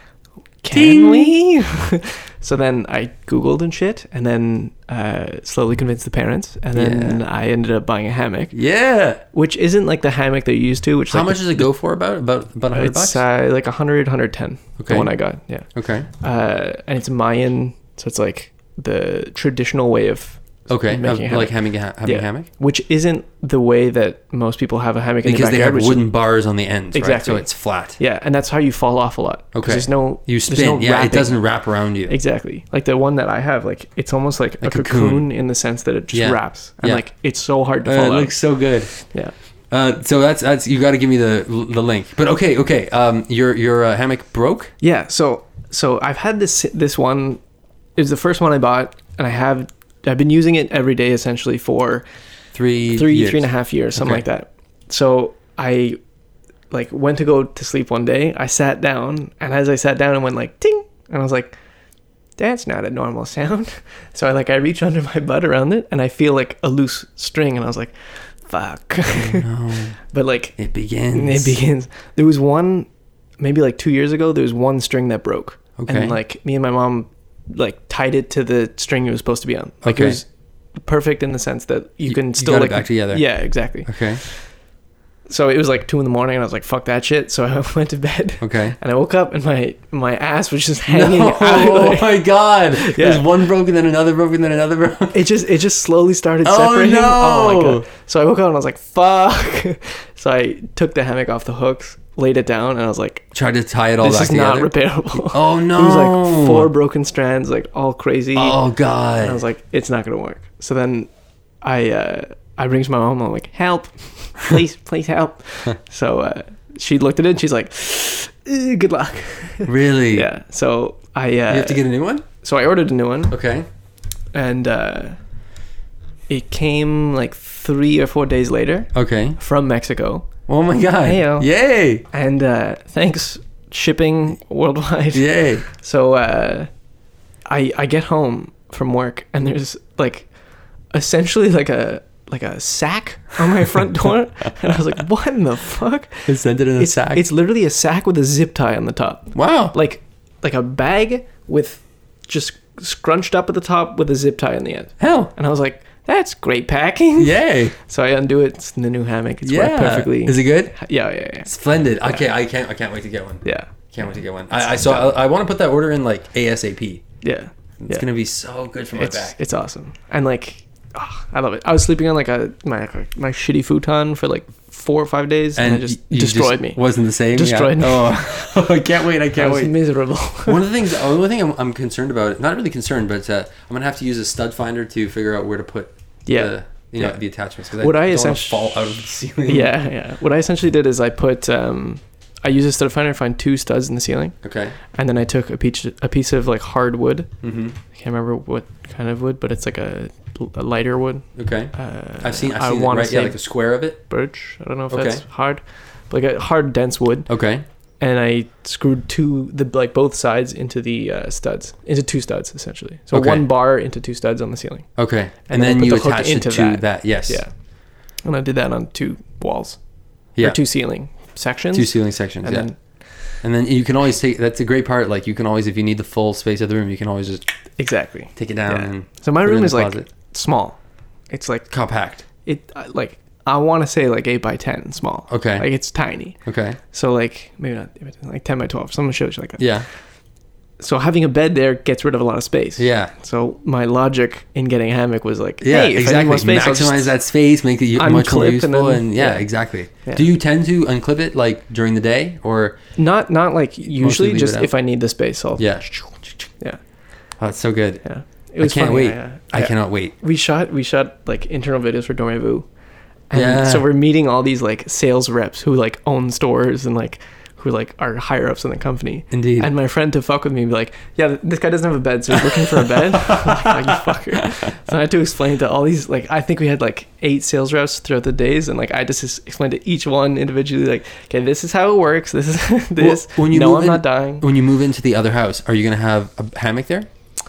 S2: "Can we?" [laughs] so then I googled and shit, and then uh, slowly convinced the parents, and then I ended up buying a hammock,
S1: Yeah.
S2: which isn't like the hammock they're used to. Which
S1: How
S2: like
S1: much does it go for? About about about hundred
S2: it's
S1: bucks.
S2: uh, like 100, 110.
S1: Okay.
S2: The one I got, yeah.
S1: okay.
S2: Uh, and it's Mayan, so it's like the traditional way of
S1: Okay.
S2: making
S1: of,
S2: hammock.
S1: like having a ha- having a
S2: Yeah.
S1: hammock.
S2: which isn't the way that most people have a hammock in
S1: because
S2: their
S1: they have
S2: backyard. which is-
S1: wooden bars on the ends, right? So
S2: Exactly.
S1: it's flat.
S2: yeah, and that's how you fall off a lot. 'cause
S1: Okay.
S2: There's no
S1: You
S2: there's
S1: spin.
S2: no
S1: yeah, it
S2: wrapping.
S1: doesn't wrap around you.
S2: Exactly. Like the one that I have, like it's almost like, a
S1: cocoon.
S2: cocoon. in the sense that it just
S1: Yeah.
S2: wraps, and
S1: Yeah.
S2: like it's so hard to
S1: Uh,
S2: fall
S1: it
S2: out.
S1: looks so good.
S2: yeah.
S1: Uh, so that's that's you got to give me the the link. But okay, okay. Um, your your uh, hammock broke.
S2: Yeah, so so I've had this this one is the first one I bought and I have I've been using it every day essentially for
S1: Three
S2: three
S1: years.
S2: three and a half years, something
S1: Okay.
S2: like that. So I like went to go to sleep one day, I sat down and as I sat down it went like ting and I was like that's not a normal sound. [laughs] So I like I reach under my butt around it and I feel like a loose string and I was like fuck. [laughs]
S1: No,
S2: but like
S1: it begins.
S2: it begins. There was one, maybe like two years ago. There was one string that broke,
S1: Okay.
S2: and like me and my mom, like tied it to the string it was supposed to be on. Like
S1: Okay.
S2: it was perfect in the sense that you,
S1: You-
S2: can
S1: you
S2: still
S1: got it
S2: like
S1: back together.
S2: Yeah, exactly.
S1: Okay.
S2: So it was like two in the morning, and I was like, "Fuck that shit." So [laughs] I went to bed,
S1: Okay.
S2: and I woke up, and my my ass was just [laughs] hanging.
S1: No,
S2: out.
S1: [laughs] oh
S2: like-
S1: my god!
S2: [laughs] Yeah.
S1: There's one broken, then another broken, then another broken.
S2: it just it just slowly started
S1: Oh,
S2: separating. my
S1: no.
S2: god! So I woke up and I was like, "Fuck!" [laughs] so I took the hammock off the hooks, laid it down, and I was like,
S1: Tried to tie it all
S2: this
S1: back
S2: is
S1: together.
S2: not repairable.
S1: Oh,
S2: [laughs] It was
S1: no.
S2: like four broken strands, like all crazy.
S1: oh god!
S2: And I was like, [laughs] it's not gonna work. So then,
S1: [laughs]
S2: I uh, I ring to my mom. I'm like, help, please, please help. so uh, she looked at it and she's like, "Eh, good luck.
S1: Really?
S2: yeah. So I uh,
S1: You have to get a new one?
S2: so I ordered a new one
S1: Okay.
S2: and uh, it came like three or four days later
S1: Okay.
S2: from Mexico.
S1: Oh my god.
S2: Heyo.
S1: Yay.
S2: And uh, thanks shipping worldwide.
S1: Yay.
S2: So uh, I I get home from work and there's like essentially like a like a sack on my front
S1: [laughs]
S2: door and I was like, what in the fuck?
S1: They sent it in a
S2: It's,
S1: sack.
S2: it's literally a sack with a zip tie on the top,
S1: wow.
S2: like like a bag with just scrunched up at the top with a zip tie in the end.
S1: Hell.
S2: And I was like, that's great packing.
S1: Yay.
S2: So I undo it. It's in the new hammock. It's
S1: yeah.
S2: worked perfectly.
S1: Is it good?
S2: yeah, yeah, yeah.
S1: Splendid. Okay, I can't. I can't wait to get one.
S2: Yeah.
S1: Can't wait to get one. I, I so I, I want to put that order in like ASAP.
S2: Yeah.
S1: It's
S2: yeah.
S1: gonna be so good for my
S2: it's,
S1: back.
S2: It's awesome. And like, ah, I love it. I was sleeping on like a my my shitty futon for like four or five days, and, it just
S1: y- you
S2: destroyed
S1: just
S2: me.
S1: Wasn't the same.
S2: Destroyed me.
S1: Yeah. Oh, [laughs] I can't wait. I
S2: I
S1: can't
S2: was
S1: wait.
S2: miserable.
S1: [laughs] One of the things, the only thing I'm, I'm concerned about, not really concerned, but uh, I'm gonna have to use a stud finder to figure out where to put
S2: [laughs] Yeah.
S1: the, you know,
S2: Yeah.
S1: the attachments
S2: What
S1: because
S2: I
S1: I don't want to
S2: essentia-
S1: fall out of the ceiling.
S2: yeah, yeah. What I essentially did is I put um, I used a stud finder to find two studs in the ceiling,
S1: Okay.
S2: and then I took a piece a piece of like hard wood.
S1: Mm-hmm.
S2: I can't remember what kind of wood, but it's like a, a lighter wood.
S1: Okay.
S2: Uh,
S1: I've seen. I've
S2: I
S1: seen it,
S2: wanna
S1: right. Yeah,
S2: say
S1: like a square of it.
S2: birch. I don't know if
S1: Okay.
S2: that's hard, but like a hard dense wood.
S1: Okay.
S2: and I screwed two the like both sides into the uh, studs into two studs essentially. So
S1: Okay.
S2: one bar into two studs on the ceiling.
S1: Okay. And,
S2: And
S1: then,
S2: then put
S1: you
S2: the hook
S1: attach it
S2: into
S1: to
S2: that.
S1: that. Yes.
S2: Yeah, and I did that on two walls
S1: Yeah.
S2: or two ceiling sections.
S1: Two ceiling sections.
S2: and
S1: yeah.
S2: then
S1: And then you can always take. That's a great part. Like you can always, if you need the full space of the room, you can always just
S2: exactly.
S1: take it down
S2: Yeah.
S1: and
S2: So my
S1: put it
S2: room
S1: in
S2: is
S1: the
S2: like
S1: closet.
S2: small. It's like
S1: compact.
S2: it I- like I want to say like eight by ten small.
S1: Okay.
S2: like it's tiny.
S1: Okay.
S2: So like maybe not eight by 10, like ten by twelve. Someone shows you like that.
S1: Yeah.
S2: So having a bed there gets rid of a lot of space.
S1: Yeah.
S2: So my logic in getting a hammock was like,
S1: Yeah.
S2: hey, if I need
S1: exactly.
S2: more space, I'll just
S1: Maximize that space. Make it much more
S2: unclip and
S1: useful.
S2: then-
S1: And, yeah,
S2: yeah.
S1: exactly.
S2: Yeah.
S1: Do you tend to unclip it like during the day or?
S2: Not not like usually,
S1: leave it
S2: just
S1: out.
S2: if I need the space, I'll
S1: Yeah.
S2: yeah
S1: Oh, it's so good.
S2: yeah. It
S1: I can't
S2: funny,
S1: wait.
S2: yeah,
S1: I
S2: yeah.
S1: cannot wait.
S2: We shot we shot like internal videos for Dormevu, and
S1: Yeah.
S2: so we're meeting all these like sales reps who like own stores and like who like are higher ups in the company.
S1: Indeed.
S2: And my friend to fuck with me, be like, yeah, th- this guy doesn't have a bed, so he's looking for a bed. [laughs] I'm like, "You fucker. So I had to explain to all these, like, I think we had like eight sales reps throughout the days, and like I just s- explained to each one individually, like, okay, this is how it works. This is [laughs] this.
S1: Well, when you
S2: no,
S1: move
S2: I'm
S1: in-
S2: not dying.
S1: When you move into the other house, are you gonna have a hammock there?
S2: [laughs]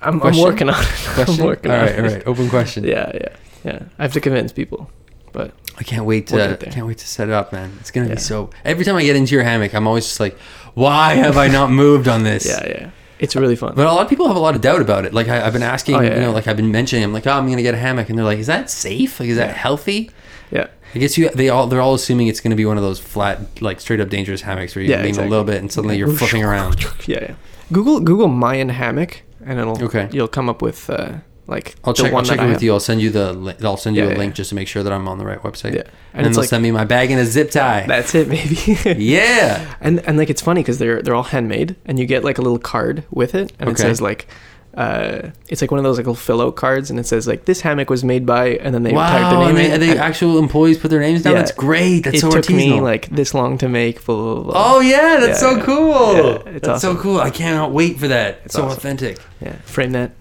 S2: I'm, I'm
S1: Question?
S2: working on it. [laughs]
S1: Question.
S2: I'm working
S1: all
S2: on
S1: right.
S2: it.
S1: All right. Open question.
S2: [laughs] Yeah, yeah, yeah. I have to convince people, but
S1: I can't wait
S2: We'll
S1: to
S2: get there.
S1: can't wait to set it up, man. It's gonna
S2: Yeah.
S1: be so. Every time I get into your hammock, I'm always just like, why have I not moved on this?
S2: yeah, yeah. It's really fun.
S1: But a lot of people have a lot of doubt about it. Like I, I've been asking,
S2: Oh, yeah,
S1: you know,
S2: yeah.
S1: like I've been mentioning, I'm like, oh, I'm gonna get a hammock, and they're like, is that safe? Like, is
S2: Yeah.
S1: that healthy?
S2: yeah,
S1: I guess you they all they're all assuming it's gonna be one of those flat, like straight up dangerous hammocks where you
S2: Yeah,
S1: lean
S2: exactly.
S1: a little bit and suddenly
S2: Yeah.
S1: you're flipping
S2: [laughs]
S1: around.
S2: yeah, yeah. Google Google Mayan hammock, and it'll
S1: Okay.
S2: you'll come up with uh, like
S1: I'll check. I'll check it
S2: I
S1: with
S2: have.
S1: you. I'll send you the. Li- I'll send you
S2: Yeah,
S1: a
S2: yeah,
S1: link
S2: yeah.
S1: just to make sure that I'm on the right website.
S2: Yeah,
S1: And,
S2: and,
S1: then
S2: it's
S1: they'll
S2: like
S1: send me my bag and a zip tie.
S2: [laughs] that's
S1: [laughs]
S2: it, maybe.
S1: yeah.
S2: and and like it's funny because they're they're all handmade, and you get like a little card with it, and it
S1: Okay.
S2: says like. Uh, it's like one of those like little fill out cards, and it says like this hammock was made by, and then they type
S1: Wow. And
S2: their name
S1: they,
S2: in.
S1: and they
S2: and
S1: actual employees put their names down.
S2: Yeah.
S1: That's great. That's
S2: it
S1: so
S2: took
S1: artisanal.
S2: me like this long to make. Blah blah blah.
S1: Oh yeah, that's
S2: Yeah,
S1: so
S2: yeah.
S1: cool.
S2: Yeah, it's
S1: that's
S2: awesome.
S1: so cool. I cannot wait for that. It's so
S2: awesome.
S1: authentic.
S2: yeah, frame that.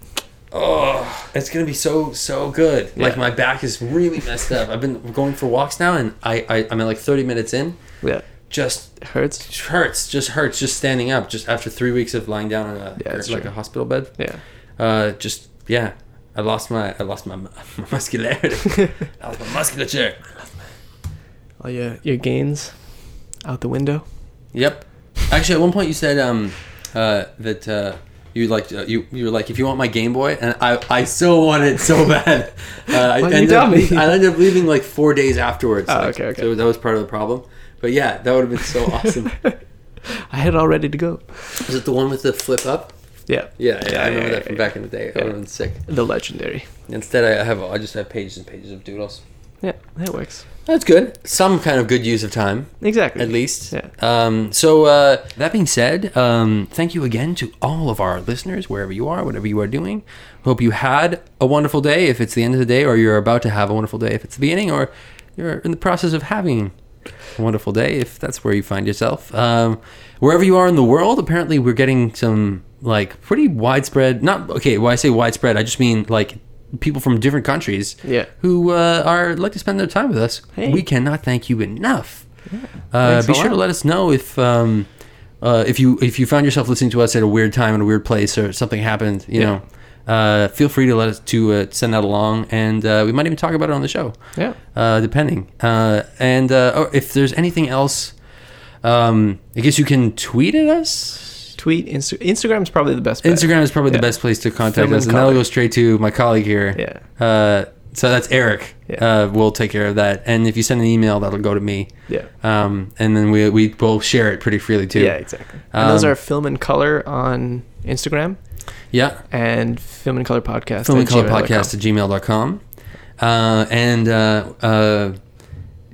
S1: Oh, it's gonna be so so good.
S2: Yeah.
S1: Like my back is really messed up. I've been going for walks now, and I, I I'm at like 30 minutes in.
S2: Yeah,
S1: Just
S2: it hurts.
S1: hurts. Just hurts. Just standing up. Just after three weeks of lying down on a
S2: Yeah, it's
S1: like
S2: true.
S1: a hospital bed.
S2: Yeah.
S1: Uh, just yeah. I lost my I lost my, [laughs] mu- my
S2: [laughs]
S1: muscularity. I lost my musculature.
S2: all your your gains out the window.
S1: Yep. Actually, at one point you said um, uh, that uh, you liked uh, you you were like if you want my Game Boy, and I I so want it so [laughs] bad. Uh, I,
S2: Why'd you
S1: ended
S2: tell
S1: up,
S2: me?
S1: I ended up leaving like four days afterwards.
S2: Oh,
S1: like,
S2: okay, okay.
S1: So that was part of the problem. But yeah, that would have been
S2: [laughs]
S1: so awesome.
S2: I had it all ready to go.
S1: Was it the one with the flip up?
S2: Yeah.
S1: Yeah, yeah, I remember that from
S2: yeah,
S1: back in the day. That
S2: Yeah.
S1: would have been sick.
S2: yeah. The legendary.
S1: Instead, I have I just have pages and pages of doodles.
S2: Yeah, that works.
S1: That's good. Some kind of good use of time.
S2: Exactly.
S1: at least.
S2: Yeah.
S1: Um, so uh, that being said, um, thank you again to all of our listeners, wherever you are, whatever you are doing. Hope you had a wonderful day. If it's the end of the day, or you're about to have a wonderful day, if it's the beginning, or you're in the process of having wonderful day if that's where you find yourself. Um, wherever you are in the world, apparently we're getting some like pretty widespread. Not okay. When I say widespread, I just mean like people from different countries.
S2: Yeah.
S1: Who uh, are like to spend their time with us.
S2: Hey.
S1: We cannot thank you enough. Uh,
S2: Thanks
S1: be
S2: a
S1: sure to
S2: lot.
S1: let us know if. Um, uh, if you if you found yourself listening to us at a weird time in a weird place or something happened, you
S2: Yeah.
S1: know, uh, feel free to let us to uh, send that along, and uh, we might even talk about it on the show
S2: Yeah.
S1: uh, depending. Uh, and uh, oh, if there's anything else, um, I guess you can tweet at us.
S2: Tweet Insta- Instagram's probably the best. Bet.
S1: Instagram is probably
S2: Uh, Yeah.
S1: the best place to contact
S2: Film
S1: us,
S2: and
S1: and that'll
S2: color.
S1: go straight to my colleague here.
S2: Yeah.
S1: Uh, so that's Eric.
S2: Yeah.
S1: Uh, we'll take care of that, and if you send an email, that'll go to me.
S2: Yeah.
S1: Um, and then we we will share it pretty freely too.
S2: Yeah, exactly. and those
S1: Um,
S2: are film and color on Instagram
S1: Yeah.
S2: and film and color podcast.
S1: film
S2: at
S1: and color
S2: gmail.com.
S1: podcast at gmail.com uh, and uh, uh,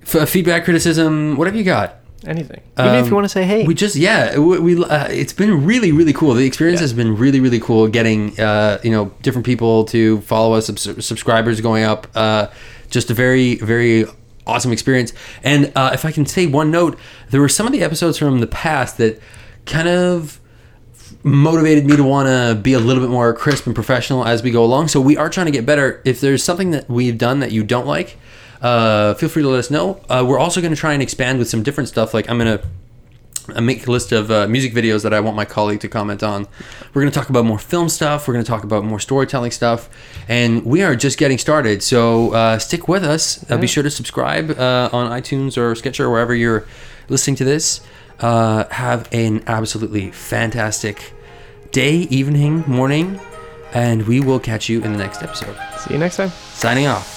S1: f- feedback criticism whatever you got
S2: Anything. Even if
S1: Um,
S2: you want to say hey.
S1: we just yeah we, we uh, it's been really really cool the experience
S2: Yeah.
S1: has been really really cool getting uh, you know different people to follow us subs- subscribers going up uh, just a very very awesome experience and uh, if i can say one note there were some of the episodes from the past that kind of motivated me to want to be a little bit more crisp and professional as we go along. So we are trying to get better. If there's something that we've done that you don't like, uh, feel free to let us know. Uh, we're also going to try and expand with some different stuff. Like I'm going to. I make a list of uh, music videos that I want my colleague to comment on. We're going to talk about more film stuff. We're going to talk about more storytelling stuff, and we are just getting started. So uh, stick with us. Uh, be sure to subscribe uh, on iTunes or Sketcher, wherever you're listening to this. Uh, have an absolutely fantastic day, evening, morning, and we will catch you in the next episode.
S2: See you next time.
S1: Signing off.